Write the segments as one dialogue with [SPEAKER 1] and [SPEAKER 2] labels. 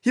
[SPEAKER 1] ひ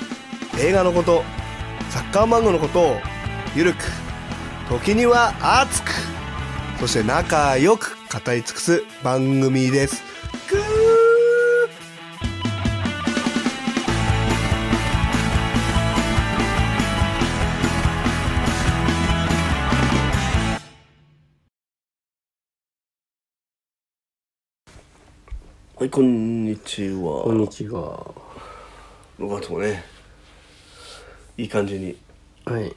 [SPEAKER 1] 映画のことサッカー漫画のことをゆるく時には熱くそして仲良く語り尽くす番組ですくーはいこんにちは
[SPEAKER 2] こんにちは。
[SPEAKER 1] 6月もねいい感じに
[SPEAKER 2] はい。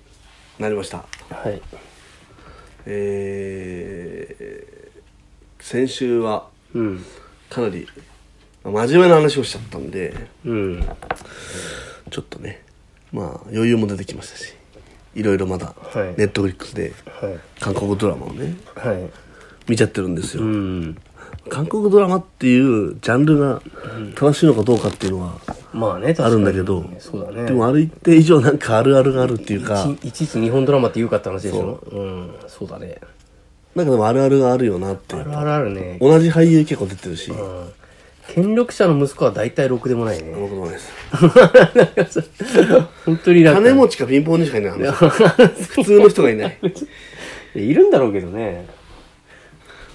[SPEAKER 1] なりました
[SPEAKER 2] はい。
[SPEAKER 1] えー先週は
[SPEAKER 2] うん。
[SPEAKER 1] かなりまあ真面目な話をしちゃったんで
[SPEAKER 2] うん。
[SPEAKER 1] ちょっとねまあ余裕も出てきましたしいろいろまだ
[SPEAKER 2] はい
[SPEAKER 1] ネットフリックスで
[SPEAKER 2] はい。
[SPEAKER 1] 韓国ドラマをね
[SPEAKER 2] はい。
[SPEAKER 1] 見ちゃってるんですよ、
[SPEAKER 2] うん。
[SPEAKER 1] 韓国ドラマっていうジャンルが正しいのかどうかっていうのは
[SPEAKER 2] まあね、確か
[SPEAKER 1] あ
[SPEAKER 2] に
[SPEAKER 1] るんだけど、
[SPEAKER 2] そうだね。
[SPEAKER 1] でもある一定以上なんかあるあるがあるっていうか
[SPEAKER 2] い、いちいち日本ドラマって言うかって話でしょうん。そうだね。
[SPEAKER 1] なんかでもあるあるがあるよなってい
[SPEAKER 2] あ
[SPEAKER 1] う
[SPEAKER 2] るあるあるね。
[SPEAKER 1] 同じ俳優結構出てるし、
[SPEAKER 2] うん。権力者の息子は大体ろくでもない
[SPEAKER 1] そん
[SPEAKER 2] ね。
[SPEAKER 1] なことないです
[SPEAKER 2] 本当になんか
[SPEAKER 1] 金持ちか貧乏にしかいないあ の人普通の人がいない
[SPEAKER 2] いるんだろうけどね。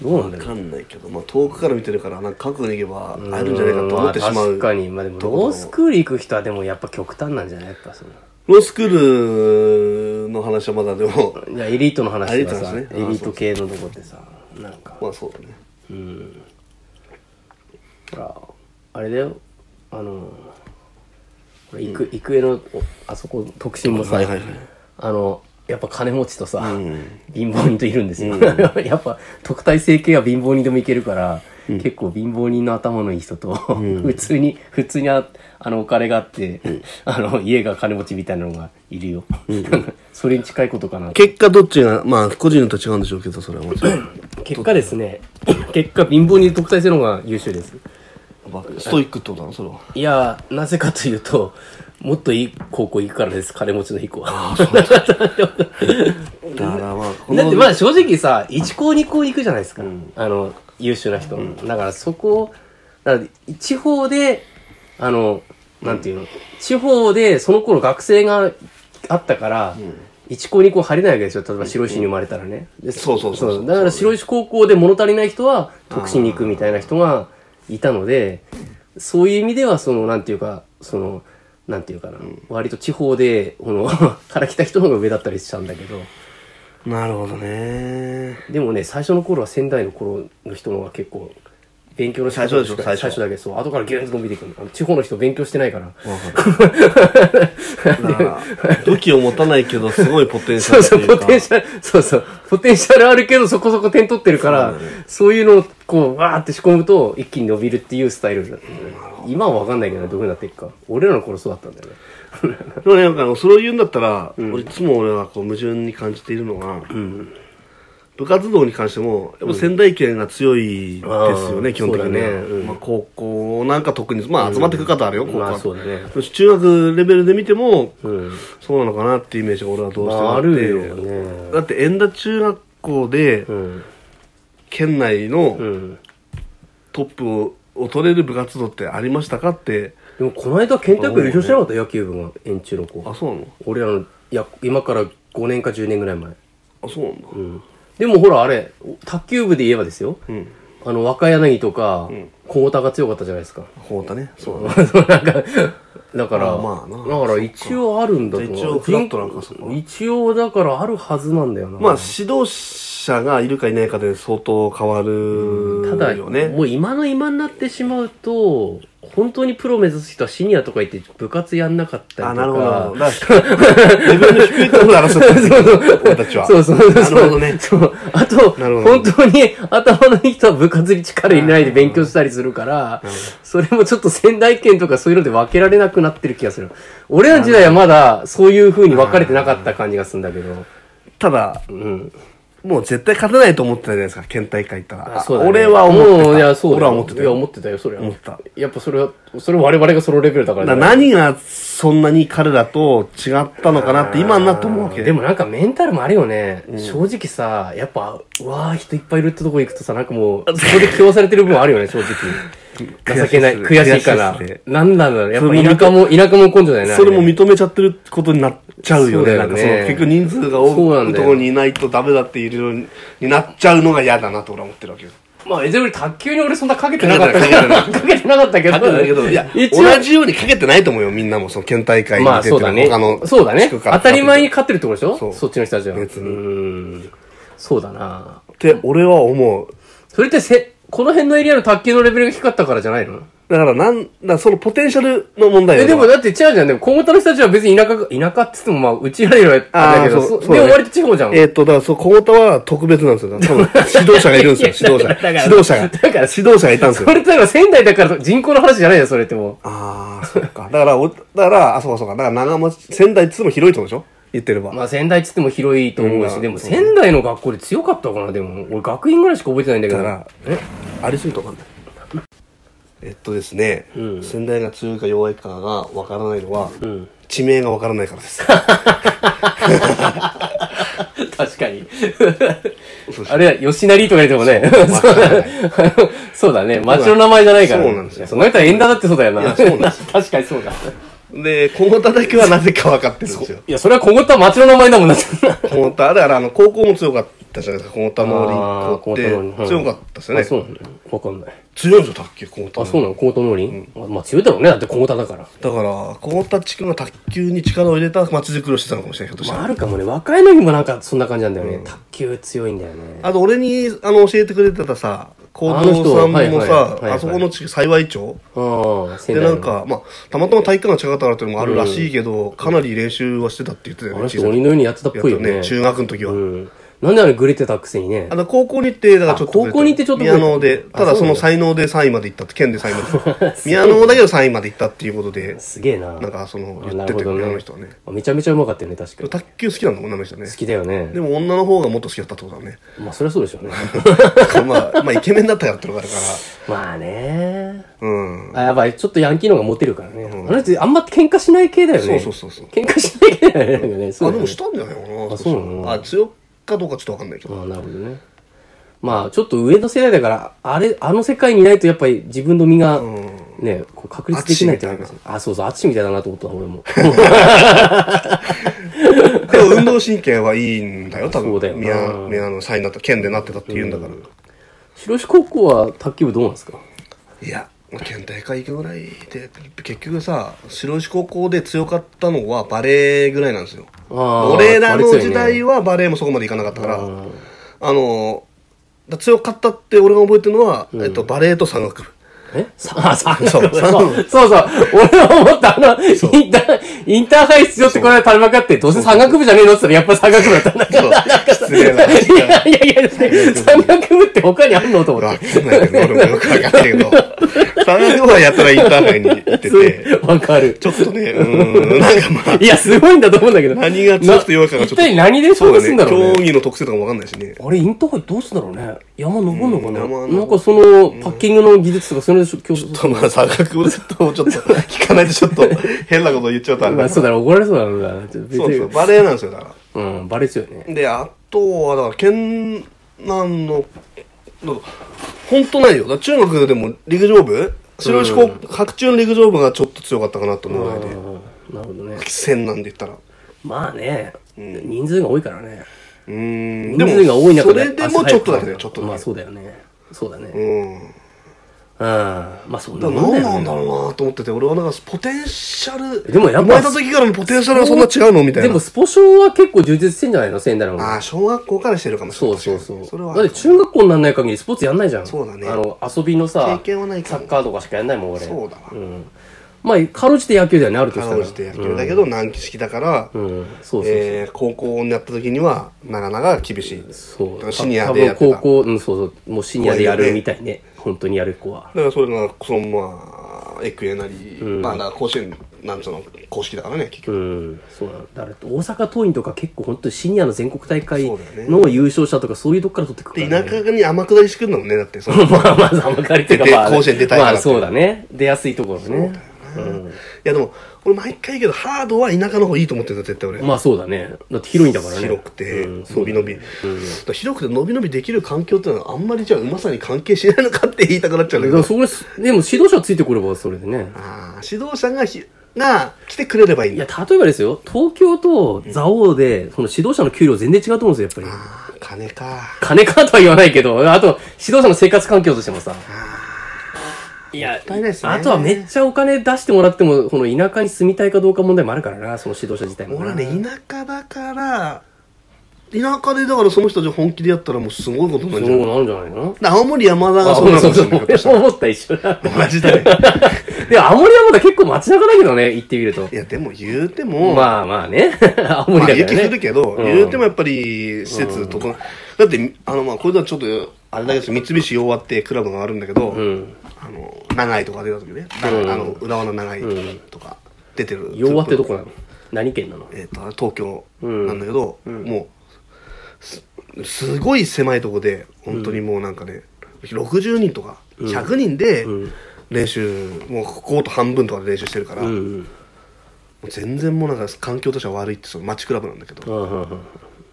[SPEAKER 2] どうなんだ
[SPEAKER 1] わ
[SPEAKER 2] ろう。
[SPEAKER 1] かんないけど、まあ、遠くから見てるからなんか覚悟に行けば会えるんじゃないかと思ってしまう、
[SPEAKER 2] ん確かに。まあでも、ロースクール行く人はでもやっぱ極端なんじゃないやっぱその。
[SPEAKER 1] ロースクールの話はまだでも
[SPEAKER 2] いやエリートの話とかさ
[SPEAKER 1] エ
[SPEAKER 2] エ
[SPEAKER 1] リー
[SPEAKER 2] リ
[SPEAKER 1] トの話ね
[SPEAKER 2] ート系のとこってさなんか
[SPEAKER 1] まあそうだね
[SPEAKER 2] うんほらあれだよあのほら育育英のおあそこ特進もさ、
[SPEAKER 1] はいはいはい
[SPEAKER 2] あのやっぱ金持ちとさ、
[SPEAKER 1] ん
[SPEAKER 2] 貧乏人といるんですよ、 やっぱ特待生系は貧乏人でもいけるから、結構貧乏人の頭のいい人と、普通に普通にああのお金があって、あの家が金持ちみたいなのがいるよ、 それに近いことかなって
[SPEAKER 1] 結果どっちがまあ個人と違うんでしょうけどそれはもちろん
[SPEAKER 2] 結果ですね結果貧乏人特待生の方が優秀です
[SPEAKER 1] ストイックってことなのそれはい
[SPEAKER 2] やーなぜかというともっといい高校行くからです金持ちのいい子は
[SPEAKER 1] だからまあこ
[SPEAKER 2] だっ
[SPEAKER 1] の
[SPEAKER 2] てまあ正直さ1校2校行くじゃないですか、あの優秀な人、だからそこをだから地方であのなんていうの、地方でその頃学生があったから、一1校2校入れないわけですよ例えば白石に生まれたらね、で
[SPEAKER 1] そうそうそうそう
[SPEAKER 2] だから白石高校で物足りない人は特進に行くみたいな人がいたのでそういう意味ではそのなんていうかそのなんていうかな、割と地方でこの から来た人の方が上だったりしたんだけど
[SPEAKER 1] なるほどね
[SPEAKER 2] でもね最初の頃は仙台の頃の人の方が結構勉強の仕方
[SPEAKER 1] 最初でしょ最初
[SPEAKER 2] 最初だけそう後からギューンと伸びていくのあの地方の人勉強してないから
[SPEAKER 1] だから武器を持たないけどすごいポテンシャ
[SPEAKER 2] そ
[SPEAKER 1] ル
[SPEAKER 2] う
[SPEAKER 1] っていう
[SPEAKER 2] そう、ポ
[SPEAKER 1] か
[SPEAKER 2] テンシャル、そうそう、ポテンシャルあるけど、そこそこ点取ってるから、そう,、いうのを、こう、わーって仕込むと、一気に伸びるっていうスタイルだったんだよね今はわかんないけど、どういうふうになっていくか。俺らの頃そうだったんだよね。
[SPEAKER 1] でもねなんかあのそれを言うんだったら、俺いつも俺はこう矛盾に感じているのが、部活動に関してもやっぱ仙台県が強いですよね、
[SPEAKER 2] うん
[SPEAKER 1] 基本的にね
[SPEAKER 2] そうだねうん
[SPEAKER 1] まあ、高校なんか特に、まあ、集まってくる方あるよ、高校
[SPEAKER 2] ま
[SPEAKER 1] は
[SPEAKER 2] あ、そうだね。
[SPEAKER 1] 中学レベルで見ても、
[SPEAKER 2] うん。
[SPEAKER 1] そうなのかなっていうイメージが俺はどう
[SPEAKER 2] ま
[SPEAKER 1] しても
[SPEAKER 2] あ、
[SPEAKER 1] あ
[SPEAKER 2] あ
[SPEAKER 1] って、
[SPEAKER 2] るよね。
[SPEAKER 1] だって遠田中学校で
[SPEAKER 2] うん。
[SPEAKER 1] 県内の
[SPEAKER 2] うん。
[SPEAKER 1] トップを取れる部活動ってありましたかって
[SPEAKER 2] でも、この間、県大会優勝してなかった、野球部が、円柱の子
[SPEAKER 1] あ。そうなの
[SPEAKER 2] 俺らの、いや、今から5年か10年ぐらい前。
[SPEAKER 1] あそうなんだ、
[SPEAKER 2] うん。でも、ほら、あれ、卓球部で言えばですよ。
[SPEAKER 1] うん
[SPEAKER 2] あの、若柳とか、小太が強かったじゃないですか。
[SPEAKER 1] ほうたねそうだね
[SPEAKER 2] そう なんか、だから、
[SPEAKER 1] まあまあな
[SPEAKER 2] だから一応あるんだと
[SPEAKER 1] じゃあ一応フラットなんかそこは
[SPEAKER 2] 一応だからあるはずなんだよな。
[SPEAKER 1] まあ指導者がいるかいないかで相当変わ
[SPEAKER 2] ただ、
[SPEAKER 1] るよね。
[SPEAKER 2] もう今の今になってしまうと、本当にプロ目指す人はシニアとか行って部活やんなかったりとか。
[SPEAKER 1] あ、なるほど。だからレベルの低いところで争 ってるんですよ俺たちは。
[SPEAKER 2] そうそうそう。
[SPEAKER 1] なるほどね。
[SPEAKER 2] そう。あと、
[SPEAKER 1] なるほど
[SPEAKER 2] 本当に頭のいい人は部活に力入れないで勉強したりすするから、それもちょっと仙台県とかそういうので分けられなくなってる気がする。俺らの時代はまだそういう風に分かれてなかった感じがするんだけど。
[SPEAKER 1] ただ、
[SPEAKER 2] うん。
[SPEAKER 1] もう絶対勝てないと思ってたじゃないですか、県大会行ったら。
[SPEAKER 2] そうだね
[SPEAKER 1] 俺は思って
[SPEAKER 2] も
[SPEAKER 1] た。
[SPEAKER 2] ういや、そうだよ
[SPEAKER 1] 俺は思ってた
[SPEAKER 2] いや、
[SPEAKER 1] よ。
[SPEAKER 2] 思ってたよ、それは。
[SPEAKER 1] 思ってた
[SPEAKER 2] やっぱそれは、それは我々がそのレベルだから
[SPEAKER 1] だから何がそんなに彼らと違ったのかなって今になって思うわけ。
[SPEAKER 2] でもなんかメンタルもあるよね、正直さやっぱうわー人いっぱいいるってとこ行くとさなんかもうそこで起用されてる部分あるよね 正直情けない悔しいから
[SPEAKER 1] 悔しいっすね
[SPEAKER 2] なんなんだろう
[SPEAKER 1] それ
[SPEAKER 2] や
[SPEAKER 1] も
[SPEAKER 2] っぱ田舎も田舎も根性だよね
[SPEAKER 1] それも
[SPEAKER 2] あね
[SPEAKER 1] 認めちゃってることになっちゃうよ
[SPEAKER 2] そうだ
[SPEAKER 1] ね。な
[SPEAKER 2] よね
[SPEAKER 1] んかその結局人数が
[SPEAKER 2] そう
[SPEAKER 1] 多
[SPEAKER 2] なん
[SPEAKER 1] い
[SPEAKER 2] だ
[SPEAKER 1] と
[SPEAKER 2] よ
[SPEAKER 1] ころにいないとダメだっていうようになっちゃうのが嫌だなと俺は思ってるわけよ。
[SPEAKER 2] まあえより卓球に俺そんなかけてなかったか
[SPEAKER 1] かけてな
[SPEAKER 2] ら
[SPEAKER 1] い
[SPEAKER 2] かけてなかったけど
[SPEAKER 1] だけど、いや、
[SPEAKER 2] 一応
[SPEAKER 1] 同じようにかけてないと思うよ、みんなも。その県大会に
[SPEAKER 2] まあ
[SPEAKER 1] 出て
[SPEAKER 2] そうだね
[SPEAKER 1] 他の
[SPEAKER 2] そうだね
[SPEAKER 1] 地
[SPEAKER 2] 当
[SPEAKER 1] 区から
[SPEAKER 2] たり前に勝ってるってことでしょ
[SPEAKER 1] そう
[SPEAKER 2] そっちの人たちは
[SPEAKER 1] 別に
[SPEAKER 2] うんそうだな
[SPEAKER 1] って俺は思う。
[SPEAKER 2] それってせこの辺のエリアの卓球のレベルが低かったからじゃないの
[SPEAKER 1] だからなん、だからそのポテンシャルの問題よ
[SPEAKER 2] え、でも
[SPEAKER 1] 俺は
[SPEAKER 2] だって違うじゃん。でも、小型の人たちは別に田舎が、田舎って言っても、まあ、うちらよりはあれだけ
[SPEAKER 1] あーそ
[SPEAKER 2] ど、
[SPEAKER 1] う
[SPEAKER 2] そ
[SPEAKER 1] そう
[SPEAKER 2] で
[SPEAKER 1] だね
[SPEAKER 2] も割と地方じゃん。
[SPEAKER 1] えーっと、だからそう、小太は特別なんです よ。多分、指導者がいるんですよ、指導者
[SPEAKER 2] いやいやだか
[SPEAKER 1] が。
[SPEAKER 2] ら
[SPEAKER 1] 指導者が。
[SPEAKER 2] だから
[SPEAKER 1] 指導者がいたんです
[SPEAKER 2] そ
[SPEAKER 1] よ。
[SPEAKER 2] れ例えば仙台だから人口の話じゃないじゃん、それっても
[SPEAKER 1] ああ、そっか。だから、おだから、あ、そうかそうか。だから、長松、仙台っつっても広いってことでしょ言ってれば。
[SPEAKER 2] う。まあ、仙台っつっても広いと思う
[SPEAKER 1] う
[SPEAKER 2] し、
[SPEAKER 1] ん
[SPEAKER 2] でも仙台の学校で強かったかな、でも。俺、学院ぐらいしか覚えてないんだけ
[SPEAKER 1] だか
[SPEAKER 2] ど。
[SPEAKER 1] ら、
[SPEAKER 2] え
[SPEAKER 1] ありすぎとわかんない。えっとですね、
[SPEAKER 2] うん
[SPEAKER 1] 仙台が強いか弱いかがわからないのは、
[SPEAKER 2] ん
[SPEAKER 1] 地名がわからないからです。
[SPEAKER 2] 確かに。あれ、吉成とか言ってもね。そうだねそうだね。町の名前じゃないから。
[SPEAKER 1] そうなんですよ
[SPEAKER 2] その人は縁談だってそうだよ
[SPEAKER 1] いや
[SPEAKER 2] な。
[SPEAKER 1] そうなんです
[SPEAKER 2] 確かにそうだ。
[SPEAKER 1] で、小太だけはなぜか分かってるんですよ。
[SPEAKER 2] いや、それは小言は町の名前だもんな。
[SPEAKER 1] 小太、だから、あの、高校も強かったじゃないですか。小太の
[SPEAKER 2] あー
[SPEAKER 1] 林校って、強かったですよ
[SPEAKER 2] あそう
[SPEAKER 1] ね。
[SPEAKER 2] なのわかんない。
[SPEAKER 1] 強いんですよ、卓球、小太。
[SPEAKER 2] あ、そうなのコート農林、まあ強いだろうね。だってコータだから。
[SPEAKER 1] だから、小太地区が卓球に力を入れた街づくりをしてたのかもしれない、ひょっとしたら
[SPEAKER 2] まああるかもね。若いのにもなんかそんな感じなんだよね。卓球強いんだよね。
[SPEAKER 1] あと俺にあの教えてくれてたさ高
[SPEAKER 2] あの人
[SPEAKER 1] 藤さんも
[SPEAKER 2] はいは
[SPEAKER 1] さ
[SPEAKER 2] いはいはい
[SPEAKER 1] あそこの地区幸い町
[SPEAKER 2] ああ、仙
[SPEAKER 1] で
[SPEAKER 2] 台
[SPEAKER 1] なん。
[SPEAKER 2] の
[SPEAKER 1] かまあたまたま体育館が近かったからっていうのもあるらしいけど、かなり練習はしてたって言ってたよ
[SPEAKER 2] あ
[SPEAKER 1] ね
[SPEAKER 2] の
[SPEAKER 1] 小
[SPEAKER 2] 人
[SPEAKER 1] さい
[SPEAKER 2] 鬼のようにやってたっぽ
[SPEAKER 1] 時
[SPEAKER 2] いよね。
[SPEAKER 1] ね中学の時は、
[SPEAKER 2] うん。なんであれグレてたくせにね
[SPEAKER 1] あ。の高校に行ってだからちょっと
[SPEAKER 2] あ高校に行ってちょっと
[SPEAKER 1] 宮野で
[SPEAKER 2] あ
[SPEAKER 1] ただ
[SPEAKER 2] そう
[SPEAKER 1] そ
[SPEAKER 2] なん
[SPEAKER 1] の
[SPEAKER 2] だ
[SPEAKER 1] 才能で3位まで行ったって県で3位ま で宮野だけど3位まで行ったっていうことです
[SPEAKER 2] げえな。
[SPEAKER 1] なんかその
[SPEAKER 2] あ
[SPEAKER 1] 言ってたよねあの人はね。
[SPEAKER 2] あめちゃめちゃうまかったよね、確かに。
[SPEAKER 1] 卓球好きなんだ女の人ね
[SPEAKER 2] 好きだよね
[SPEAKER 1] で。も女の方がもっと好きだったってことだね
[SPEAKER 2] まあそりゃそうでしょうね。
[SPEAKER 1] だからまあまあイケメンだったからってのがあるか
[SPEAKER 2] まあね。
[SPEAKER 1] らうん
[SPEAKER 2] あ、やばい、ちょっとヤンキーの方がモテるからね。あの人あんま喧嘩しない系だよね。
[SPEAKER 1] そうそうそうそう
[SPEAKER 2] 喧嘩しない系だよね。なんかねそう
[SPEAKER 1] あ、
[SPEAKER 2] だ
[SPEAKER 1] で
[SPEAKER 2] よね
[SPEAKER 1] もしたんじゃないかな。
[SPEAKER 2] あそうなの
[SPEAKER 1] あ、強かどうかちょっとわかんないけど。
[SPEAKER 2] ああ、なるほどね。まあ、ちょっと上の世代だから、あれ、あの世界にいないとやっぱり自分の身が、ね、こう確立できないってなるか
[SPEAKER 1] ア
[SPEAKER 2] らあ、そうそう、アツシみたいだなと思った俺も。
[SPEAKER 1] でも運動神経はいいんだよ、多分。
[SPEAKER 2] そうだよな
[SPEAKER 1] 宮宮のサインだった、県でなってたって言うんだから。
[SPEAKER 2] 白石高校は卓球部どうなんですか
[SPEAKER 1] いや、県大会行くぐらいで、結局さ、白石高校で強かったのはバレーぐらいなんですよ。
[SPEAKER 2] あー
[SPEAKER 1] 俺らの
[SPEAKER 2] バレー強いね
[SPEAKER 1] 時代はバレーもそこまでいかなかったから、
[SPEAKER 2] うん
[SPEAKER 1] あの、だ強かったって俺が覚えてるのは、えっと、バレーと山岳部。
[SPEAKER 2] え さあ、さあ、
[SPEAKER 1] そ
[SPEAKER 2] そううそう。そうそう。俺は思った、あの、インター、インターハイ必要ってこの間垂れまかって、どうせ山岳部じゃねえのって言ったら、やっぱ山岳部だったんだけど。
[SPEAKER 1] 失礼な。
[SPEAKER 2] いやいやいや、山岳部って他にあんのと思
[SPEAKER 1] わ
[SPEAKER 2] っ
[SPEAKER 1] かんないけど、俺もよくわかんないけど、山岳部はやったらインターハイに行 って
[SPEAKER 2] て
[SPEAKER 1] て、。
[SPEAKER 2] わかる。
[SPEAKER 1] ちょっとね、うーん、なんかまあ、
[SPEAKER 2] いや、すごいんだと思うんだけど。
[SPEAKER 1] 何が強くて弱いかがちょ
[SPEAKER 2] 一
[SPEAKER 1] っと。
[SPEAKER 2] 体何で勝負すんだろうね。
[SPEAKER 1] 競技の特性とかもわかんないしね。
[SPEAKER 2] あれ、インターハイどうすんだろうね。山登んのかな、
[SPEAKER 1] うん山
[SPEAKER 2] なんかその、パッキングの技術とか、それで競
[SPEAKER 1] ちょっ
[SPEAKER 2] 争
[SPEAKER 1] とまあ、差額をちょっと、ちょっと、聞かないとちょっと、変なこと言っちゃうとあれ
[SPEAKER 2] ま
[SPEAKER 1] だ
[SPEAKER 2] あ、
[SPEAKER 1] か
[SPEAKER 2] そうだろ、怒られそうだろうな。別
[SPEAKER 1] ら。
[SPEAKER 2] に
[SPEAKER 1] そうそう、バレーなんですよ、だか
[SPEAKER 2] うん、バレちゃうよね。
[SPEAKER 1] ら。で、あとは、だから、県南の、だから本当ないよ。だから中学でも陸上部白石高、白中の陸上部がちょっと強かったかなと思うぐらいで。
[SPEAKER 2] うんなるほどね。
[SPEAKER 1] 戦なんで言ったら。
[SPEAKER 2] まあね、人数が多いからね。
[SPEAKER 1] うーん。
[SPEAKER 2] 人数が多い中
[SPEAKER 1] そ
[SPEAKER 2] で。
[SPEAKER 1] れでもちょっとだけど、ちょっとだけ。
[SPEAKER 2] まあ、そうだよね。そうだね。うん。
[SPEAKER 1] うん。
[SPEAKER 2] まあ、そんなも
[SPEAKER 1] 何
[SPEAKER 2] んだよ、ね。
[SPEAKER 1] なんだろうなと思ってて俺はなんかポテンシャル
[SPEAKER 2] でもやっぱ
[SPEAKER 1] 生まれた時からのポテンシャルはそんな違うのみたい
[SPEAKER 2] で
[SPEAKER 1] な
[SPEAKER 2] も、スポ少は結構充実してんじゃないの仙台の方が
[SPEAKER 1] ああ小学校からしてるかもしれ
[SPEAKER 2] そ
[SPEAKER 1] な
[SPEAKER 2] う
[SPEAKER 1] い
[SPEAKER 2] そうそう。
[SPEAKER 1] それは
[SPEAKER 2] だって中学校にならない限りスポーツやんないじゃん。
[SPEAKER 1] そうだね
[SPEAKER 2] あの、遊びのさ、
[SPEAKER 1] 経験はないか
[SPEAKER 2] サ
[SPEAKER 1] も
[SPEAKER 2] ッカーとかしかやんないもん、俺。
[SPEAKER 1] そうだわ
[SPEAKER 2] ん。まあ、かろうじて野球だよね、あると
[SPEAKER 1] か
[SPEAKER 2] したら。
[SPEAKER 1] ろうじて野球だけど軟式だから、
[SPEAKER 2] うん。うん、そうそうそう。
[SPEAKER 1] えー高校になった時にはなかなか厳しい
[SPEAKER 2] そう。た
[SPEAKER 1] シニアでやってた
[SPEAKER 2] 多分高校、うん、そうそう。もうシニアでやるみたいね。本当にやる子は。
[SPEAKER 1] だからそれがそのまあエクエなり、まあだから甲子園なんつうの公式だからね結局、
[SPEAKER 2] うん。そうなのだから、大阪桐蔭とか結構本当にシニアの全国大会
[SPEAKER 1] そうだよね
[SPEAKER 2] の優勝者とかそういうとこから取ってくるから、
[SPEAKER 1] で田舎に天下りしてくるんだもんねだってそのい
[SPEAKER 2] まあまあ、寒がりっていうか、
[SPEAKER 1] で
[SPEAKER 2] まあ、
[SPEAKER 1] 甲子園出たいから
[SPEAKER 2] まあそうだね。出やすいところね。
[SPEAKER 1] やでも俺毎回言うけどハードは田舎の方いいと思ってるんだ絶対俺、
[SPEAKER 2] まあそうだね。だって広いんだからね。
[SPEAKER 1] 広くて
[SPEAKER 2] うん
[SPEAKER 1] 伸び伸び、だから広くて伸び伸びできる環境ってのはあんまりじゃあうまさに関係しないのかって言いたくなっちゃうんだ
[SPEAKER 2] だ
[SPEAKER 1] け
[SPEAKER 2] か
[SPEAKER 1] ど
[SPEAKER 2] らそこですでも指導者ついてくればそれでね。
[SPEAKER 1] あー指導者がひが来てくれればいいん
[SPEAKER 2] い
[SPEAKER 1] だ
[SPEAKER 2] や、例えばですよ、東京と蔵王で、その指導者の給料全然違うと思うんですよ、やっ
[SPEAKER 1] あー
[SPEAKER 2] ぱり。
[SPEAKER 1] 金か
[SPEAKER 2] 金かとは言わないけど、あと、指導者の生活環境としてもさ。いや、
[SPEAKER 1] たいないですね
[SPEAKER 2] あとはめっちゃお金出してもらっても、この田舎に住みたいかどうか問題もあるからな、その指導者自体もな。
[SPEAKER 1] 俺はね田舎だから田舎でだからその人たち本気でやったらもうすごいことにな
[SPEAKER 2] そう
[SPEAKER 1] る
[SPEAKER 2] い
[SPEAKER 1] じゃん
[SPEAKER 2] うのあるんじゃないの
[SPEAKER 1] だから青森山田
[SPEAKER 2] あ
[SPEAKER 1] がそうなのか
[SPEAKER 2] そう
[SPEAKER 1] もし
[SPEAKER 2] そ
[SPEAKER 1] れないひょっ
[SPEAKER 2] う
[SPEAKER 1] とした
[SPEAKER 2] そう。
[SPEAKER 1] ら
[SPEAKER 2] 思った一緒だ。
[SPEAKER 1] 同じだね
[SPEAKER 2] で、青森はまだ結構街中だけどね、行ってみると
[SPEAKER 1] い。やでも言うても、まあ
[SPEAKER 2] まあまあね。 青森だからね。
[SPEAKER 1] 雪降るけど、
[SPEAKER 2] うん
[SPEAKER 1] 言うてもやっぱり施設とか、だってあのまあこれだとちょっとあれだけど三菱洋和ってクラブがあるんだけど、
[SPEAKER 2] ん
[SPEAKER 1] あの長井とか出た時ね、
[SPEAKER 2] ん
[SPEAKER 1] あの浦和の長井とか出てる
[SPEAKER 2] 弱ってどこなの何県なの
[SPEAKER 1] えー、と東京
[SPEAKER 2] うん
[SPEAKER 1] なんだけど、もうすすごい狭いとこで本当にもうなんかね、60人とか100人で練習、もうコート半分とかで練習してるから、
[SPEAKER 2] うん
[SPEAKER 1] も
[SPEAKER 2] うん。
[SPEAKER 1] う全然もうなんか環境としては悪いってそのマッチクラブなんだけど、
[SPEAKER 2] うんうんうんま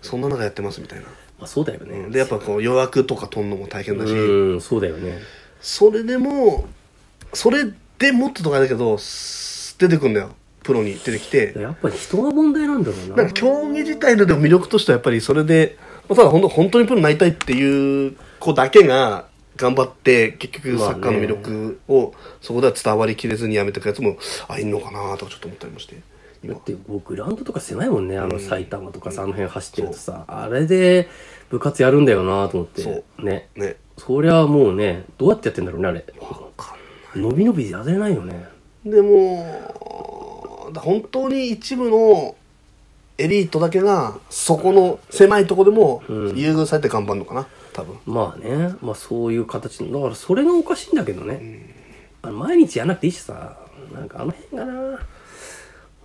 [SPEAKER 1] そんな中やってますみたいな、
[SPEAKER 2] あそうだよ
[SPEAKER 1] うん
[SPEAKER 2] ね。
[SPEAKER 1] でやっぱこう予約とか取るのも大変だし、
[SPEAKER 2] うん、そうだよね。
[SPEAKER 1] それでもそれでもっととかだけどす出てくんだよプロに出てきて、
[SPEAKER 2] やっぱり人が問題なんだろうな。
[SPEAKER 1] なんか競技自体のでも魅力としてはやっぱりそれで、まあ、ただ本当本当にプロになりたいっていう子だけが頑張って結局サッカーの魅力をそこでは伝わりきれずにやめてくやつもあいるのかなとかちょっと思ったりもして
[SPEAKER 2] だ
[SPEAKER 1] 今
[SPEAKER 2] ってもうグラウンドとか狭いもんね、あの埼玉とかさ、あの辺走ってるとさ、あれで部活やるんだよなと思って。
[SPEAKER 1] そ
[SPEAKER 2] ね。
[SPEAKER 1] ね
[SPEAKER 2] そりゃもうね、どうやってやってんだろうね、あれ。
[SPEAKER 1] か
[SPEAKER 2] 伸び伸びやれないよね。
[SPEAKER 1] でもだ本当に一部のエリートだけがそこの狭いとこでも優遇されて頑張るのかな多分
[SPEAKER 2] まあね、まあそういう形の、だからそれがおかしいんだけどね。あの毎日やらなくていいしさ、なんかあの辺がな。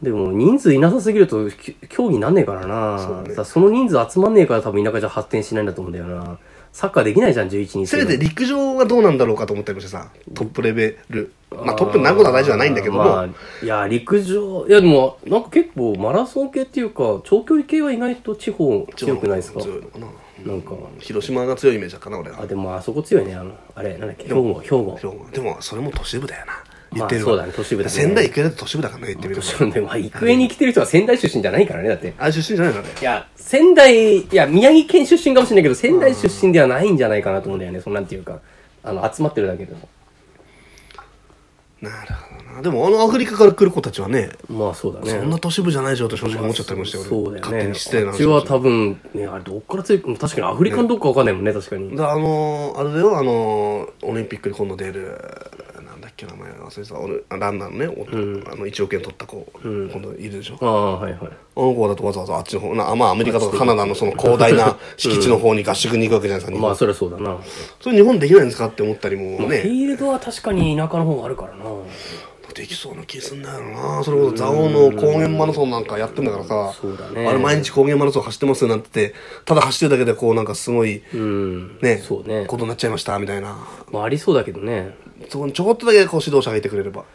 [SPEAKER 2] でも人数いなさすぎるとき競技になんねえからな。
[SPEAKER 1] そうね
[SPEAKER 2] だからその人数集まんねえから多分田舎じゃ発展しないんだと思うんだよな。サッカーできないじゃん、11人
[SPEAKER 1] せめて陸上がどうなんだろうかと思ったりもしてさトップレベルまあトップになることは大事じゃないんだけども、
[SPEAKER 2] まあ、いや、陸上、いやでも、なんか結構マラソン系っていうか、長距離系は意外と地方強くないですか
[SPEAKER 1] 強いのかな
[SPEAKER 2] なんか、
[SPEAKER 1] 広島が強いイメージだからな俺は
[SPEAKER 2] あ、でもあそこ強いね、あの、あれ、なんだっけ、兵庫、兵庫。
[SPEAKER 1] 兵庫でもそれも都市部だよな言
[SPEAKER 2] まあ
[SPEAKER 1] ってる
[SPEAKER 2] そうだね都市部だね
[SPEAKER 1] 仙台行くやつ都市部だからね言ってみる
[SPEAKER 2] そうね、まあ、育英に来てる人は仙台出身じゃないからね、だって。
[SPEAKER 1] あれ出身じゃないのね
[SPEAKER 2] いや、仙台、いや、宮城県出身かもしれないけど、仙台出身ではないんじゃないかなと思うんだよね、そのなんていうか、あの、集まってるだけでも。
[SPEAKER 1] なるほどなでもあのアフリカから来る子たちはね
[SPEAKER 2] まあ、そうだね。
[SPEAKER 1] そんな都市部じゃないでしょと正直思っちゃったりもして俺
[SPEAKER 2] そうだよ
[SPEAKER 1] 勝手
[SPEAKER 2] ね。
[SPEAKER 1] に失礼な
[SPEAKER 2] あっ
[SPEAKER 1] 話
[SPEAKER 2] ち
[SPEAKER 1] を
[SPEAKER 2] は
[SPEAKER 1] して
[SPEAKER 2] 多分、ね、あれ、どっからつい確かにアフリカのどっかわかんないもんね、確かに。
[SPEAKER 1] であのーあれだよあのーオリンピックに今度出るなんだっけ名前忘れてた俺あランナーのね、おあの1億円取った子、今度いるでしょ
[SPEAKER 2] ああ、はいはい。
[SPEAKER 1] あの子だとわざわざあっちの方な、まあ、アメリカとかカナダのその広大な敷地の方に合宿に行くわけじゃないですか、日本
[SPEAKER 2] まあ、そりゃそうだな。
[SPEAKER 1] それ日本できないんですかって思ったりも
[SPEAKER 2] フ
[SPEAKER 1] ね、
[SPEAKER 2] ィールドは確かに田舎の方があるからな。
[SPEAKER 1] できそうな気すんだよなそれこそ蔵王の高原マラソンなんかやってんだからさ、
[SPEAKER 2] そうだね
[SPEAKER 1] あれ毎日高原マラソン走ってますよなんててただ走ってるだけでこうなんかすごい
[SPEAKER 2] うん。
[SPEAKER 1] ね,、
[SPEAKER 2] そうね。
[SPEAKER 1] ことになっちゃいましたみたいな
[SPEAKER 2] まあ、ありそうだけどね。
[SPEAKER 1] そこにちょこっとだけこう指導者がいてくれれば
[SPEAKER 2] だか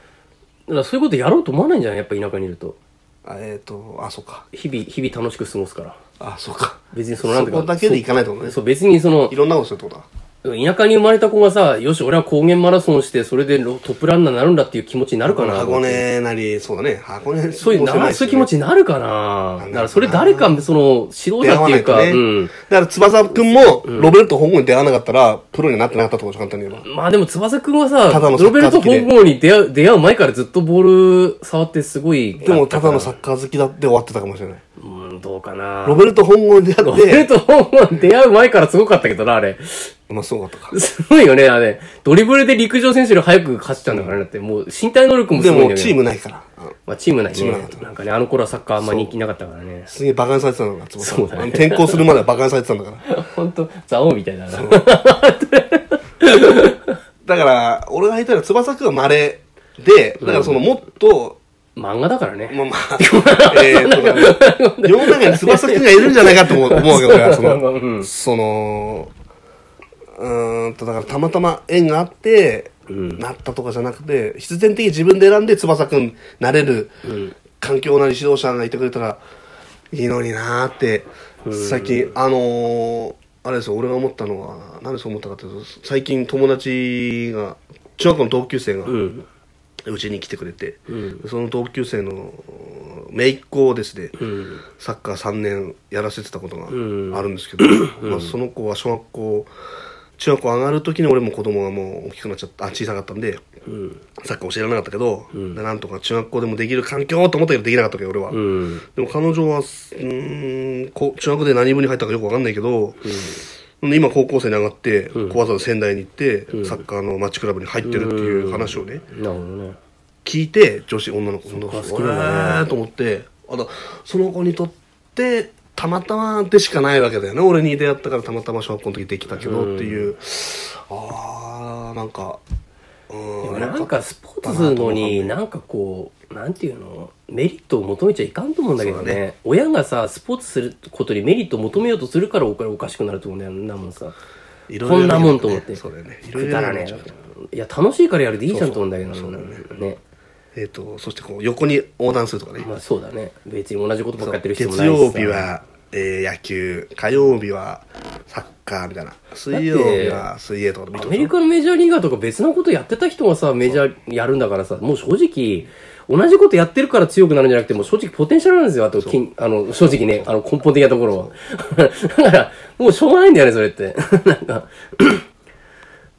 [SPEAKER 2] らそういうことやろうと思わないんじゃないやっぱ田舎にいると。
[SPEAKER 1] あえっ、とあそうか
[SPEAKER 2] 日々、日々楽しく過ごすから。
[SPEAKER 1] あそうか
[SPEAKER 2] 別にそのなんていう
[SPEAKER 1] こ
[SPEAKER 2] か
[SPEAKER 1] だけでいかないってことね
[SPEAKER 2] そう、別にその
[SPEAKER 1] い、ろんなことするってことだ
[SPEAKER 2] 田舎に生まれた子がさ、よし、俺は高原マラソンして、それでロトップランナーになるんだっていう気持ちになるかな。
[SPEAKER 1] 箱根なりそうだね箱根
[SPEAKER 2] そういう、
[SPEAKER 1] も狭
[SPEAKER 2] なそういう気持ちになるかな。だから、それ誰か、その、指導
[SPEAKER 1] 出会
[SPEAKER 2] 者っ
[SPEAKER 1] わ
[SPEAKER 2] て
[SPEAKER 1] ないいうと
[SPEAKER 2] か、
[SPEAKER 1] ね、
[SPEAKER 2] うん
[SPEAKER 1] だ。から翼くんもロベルト本郷に出会わなかったらプロにはなってなかったってことでしょ簡単に言えば
[SPEAKER 2] まあでも翼くんはさ、
[SPEAKER 1] ただのサ
[SPEAKER 2] ロ
[SPEAKER 1] ッ
[SPEAKER 2] ベ
[SPEAKER 1] カー
[SPEAKER 2] ル
[SPEAKER 1] 好
[SPEAKER 2] ト
[SPEAKER 1] きで
[SPEAKER 2] 本郷に出会う、出会う前からずっとボール触ってすごい。
[SPEAKER 1] でも、ただのサッカー好きだって終わってたかもしれない。
[SPEAKER 2] うん、もどうかな。
[SPEAKER 1] ロベルト本郷に出
[SPEAKER 2] ロ
[SPEAKER 1] 会っ
[SPEAKER 2] ベル
[SPEAKER 1] て、
[SPEAKER 2] ト・ホーマ ン出会う前からすごかったけどな、あれ。
[SPEAKER 1] まあそうだったか。
[SPEAKER 2] すごいよね、あれ。ドリブルで陸上選手より速く勝っちゃうんだからね。だってもう身体能力も
[SPEAKER 1] で
[SPEAKER 2] すごいん
[SPEAKER 1] も
[SPEAKER 2] だけど。
[SPEAKER 1] チームないから。うん
[SPEAKER 2] まあチームないね
[SPEAKER 1] チームなかった。
[SPEAKER 2] なんかね、あの頃はサッカーあんま人気なかったからね。
[SPEAKER 1] すげえ馬鹿にされてたのが、つ
[SPEAKER 2] そうだね
[SPEAKER 1] 転校するまでは馬鹿にされてたんだから。
[SPEAKER 2] 本当ザオみたいだな。
[SPEAKER 1] だから、俺が言いたいのは翼くんは稀で、だからそのもっと、
[SPEAKER 2] 漫画だからね。
[SPEAKER 1] まあま あ、えーっとだから、世の中に翼くんがいるんじゃないかと思う思うわけど、俺はそ
[SPEAKER 2] うん
[SPEAKER 1] の、その、うーんと、だからたまたま縁があって、
[SPEAKER 2] うん
[SPEAKER 1] なったとかじゃなくて、必然的に自分で選んで翼くんなれる
[SPEAKER 2] ん
[SPEAKER 1] 環境なり指導者がいてくれたらいいのになーって、最近、あのーあれですよ、俺が思ったのは、なんでそう思ったかというと、最近友達が、中学校の同級生が、
[SPEAKER 2] うん。
[SPEAKER 1] うちに来てくれて、その同級生の姪っ子をですね、
[SPEAKER 2] ん
[SPEAKER 1] サッカー3年やらせてたことがあ
[SPEAKER 2] ん
[SPEAKER 1] るんですけど、まあ、その子は小学校中学校上がる時に俺も子供がもう大きくなっちゃったあ小さかったんで
[SPEAKER 2] うん。
[SPEAKER 1] サッカー教えられなかったけど、でなんとか中学校でもできる環境と思ったけどできなかったわけど俺は、
[SPEAKER 2] うん。
[SPEAKER 1] でも彼女はうーんこ中学で何部に入ったかよくわかんないけど、で今高校生に上がって、小わざわざ仙台に行って、サッカーのマッチクラブに入ってるっていう話をね、
[SPEAKER 2] なるほどね。
[SPEAKER 1] 聞いて女子女の子の
[SPEAKER 2] っか
[SPEAKER 1] 子
[SPEAKER 2] 好きなんだね
[SPEAKER 1] えーと思ってあとその子にとってたまたまでしかないわけだよね俺に出会ったからたまたま小学校の時できたけどっていう、あーなんか
[SPEAKER 2] で
[SPEAKER 1] う
[SPEAKER 2] も
[SPEAKER 1] ん
[SPEAKER 2] なんかスポーツするのになんかこうなんていうのメリットを求めちゃいかんと思うんだけどね
[SPEAKER 1] そうだ
[SPEAKER 2] 親がさスポーツすることにメリットを求めようとするからおかおかしくなると思うんだよなもんさ
[SPEAKER 1] いろい
[SPEAKER 2] こ
[SPEAKER 1] ろ
[SPEAKER 2] んなもんと思って
[SPEAKER 1] そうだよねいろい
[SPEAKER 2] く
[SPEAKER 1] ろ
[SPEAKER 2] だら
[SPEAKER 1] や
[SPEAKER 2] ね
[SPEAKER 1] っちゃう
[SPEAKER 2] えいや楽しいからやるでいいじゃんと思うんだけどねね
[SPEAKER 1] えー、とそしてこう横に横断するとかね、
[SPEAKER 2] まあそうだね別に同じことばっかやってる人も
[SPEAKER 1] 月
[SPEAKER 2] ないし
[SPEAKER 1] 曜
[SPEAKER 2] さ
[SPEAKER 1] 日は、えー野球火曜日はサッカーみたいな水曜日は水泳とかでもいい
[SPEAKER 2] ア
[SPEAKER 1] と
[SPEAKER 2] メ
[SPEAKER 1] 思
[SPEAKER 2] リカのメジャーリーガーとか別なことやってた人がさ、メジャーやるんだからさ、もう正直、同じことやってるから強くなるんじゃなくて、もう正直ポテンシャルなんですよ、あと、金あの、正直ね、あの、根本的なところは。だから、もうしょうがないんだよね、それって。 なんか、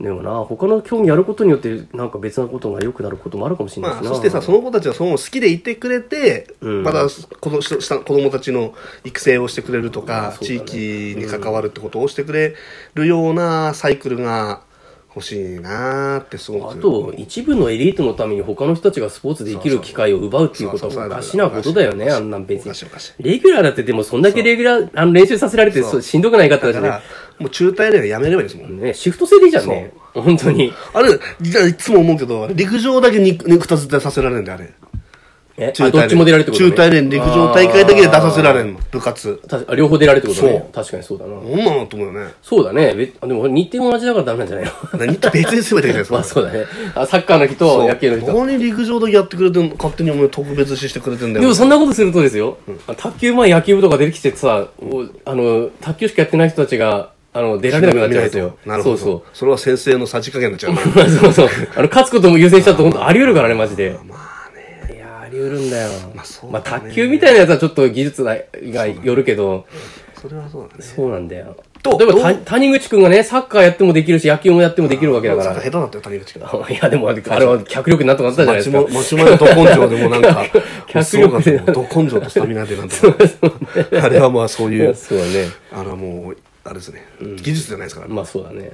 [SPEAKER 2] でもな、他の競技やることによって、なんか別なことが良くなることもあるかもしれないし
[SPEAKER 1] ま
[SPEAKER 2] な。
[SPEAKER 1] あ、そしてさ、その子たちはその好きでいてくれて、
[SPEAKER 2] うん
[SPEAKER 1] またこの下子供たちの育成をしてくれるとか、
[SPEAKER 2] そうだ
[SPEAKER 1] 地
[SPEAKER 2] ね
[SPEAKER 1] 域に関わるってことをしてくれるようなサイクルが欲しいなーってすごく
[SPEAKER 2] あと、一部のエリートのために他の人たちがスポーツで生きる機会を奪うっていうこと
[SPEAKER 1] そうそ
[SPEAKER 2] は
[SPEAKER 1] う
[SPEAKER 2] おかしなことだよね、
[SPEAKER 1] そう
[SPEAKER 2] あ
[SPEAKER 1] そうん
[SPEAKER 2] なん別
[SPEAKER 1] お
[SPEAKER 2] に
[SPEAKER 1] かしいおかし。
[SPEAKER 2] レギュラーだってでもそんだけレギュラー、あの練習させられて
[SPEAKER 1] そう
[SPEAKER 2] そうしんどくないかって
[SPEAKER 1] だか
[SPEAKER 2] 話ね
[SPEAKER 1] ら。、もう中退でやめればいいですもん。
[SPEAKER 2] ね、シフト制でいいじゃんね。本当に。
[SPEAKER 1] あれ、じゃあいつも思うけど、陸上だけ肉肉たずでさせられるんだよ、あれ。
[SPEAKER 2] え、
[SPEAKER 1] 中
[SPEAKER 2] あどっちも出られるってことね
[SPEAKER 1] 中退で陸上大会だけで出させられるの、部活。
[SPEAKER 2] たあ両方出られるってこと
[SPEAKER 1] そ
[SPEAKER 2] ね
[SPEAKER 1] う。
[SPEAKER 2] 確かにそうだな。
[SPEAKER 1] なんなのと思うよね。
[SPEAKER 2] そうだね。べあでも日程も同じだからダメなんじゃないの
[SPEAKER 1] 何って別にすればいいじゃないですか。
[SPEAKER 2] まあそうだね。あサッカーの人と野球の人。
[SPEAKER 1] 何陸上だけやってくれてんの勝手にお前特別視してくれてんだよ
[SPEAKER 2] でもそんなことするとですよ、卓球前野球部とか出てきてさ、おあの、卓球しかやってない人たちが、あの、出られなくなっちゃうんですよ。
[SPEAKER 1] なるほど
[SPEAKER 2] そう
[SPEAKER 1] それは先生のさじ加減になっちゃうな
[SPEAKER 2] そう。そう そう。あの、勝つことも優先しちゃうと本当あり得るからね、マジで。まあね。いや、あり得るんだよ。ま
[SPEAKER 1] あそう
[SPEAKER 2] ま
[SPEAKER 1] だ
[SPEAKER 2] あ
[SPEAKER 1] ね
[SPEAKER 2] 卓球みたいなやつはちょっと技術ががよるけど、
[SPEAKER 1] それはそうだね
[SPEAKER 2] そうなんだよ。
[SPEAKER 1] と
[SPEAKER 2] でも
[SPEAKER 1] どう
[SPEAKER 2] た谷口くんがね、サッカーやってもできるし、野球もやってもできるわけだか
[SPEAKER 1] サッカー
[SPEAKER 2] ら。
[SPEAKER 1] 下手だったよ谷口君
[SPEAKER 2] いや、でも、あれは脚力になとかなったじゃないで
[SPEAKER 1] 町
[SPEAKER 2] すか
[SPEAKER 1] も。町前のど根性でもなん か
[SPEAKER 2] 脚
[SPEAKER 1] すご
[SPEAKER 2] 力
[SPEAKER 1] かったよど根性とスタミナでなんかあれはまあそういう
[SPEAKER 2] そうだね。
[SPEAKER 1] あのもうあれですね技術じゃないですから
[SPEAKER 2] まあそうだね。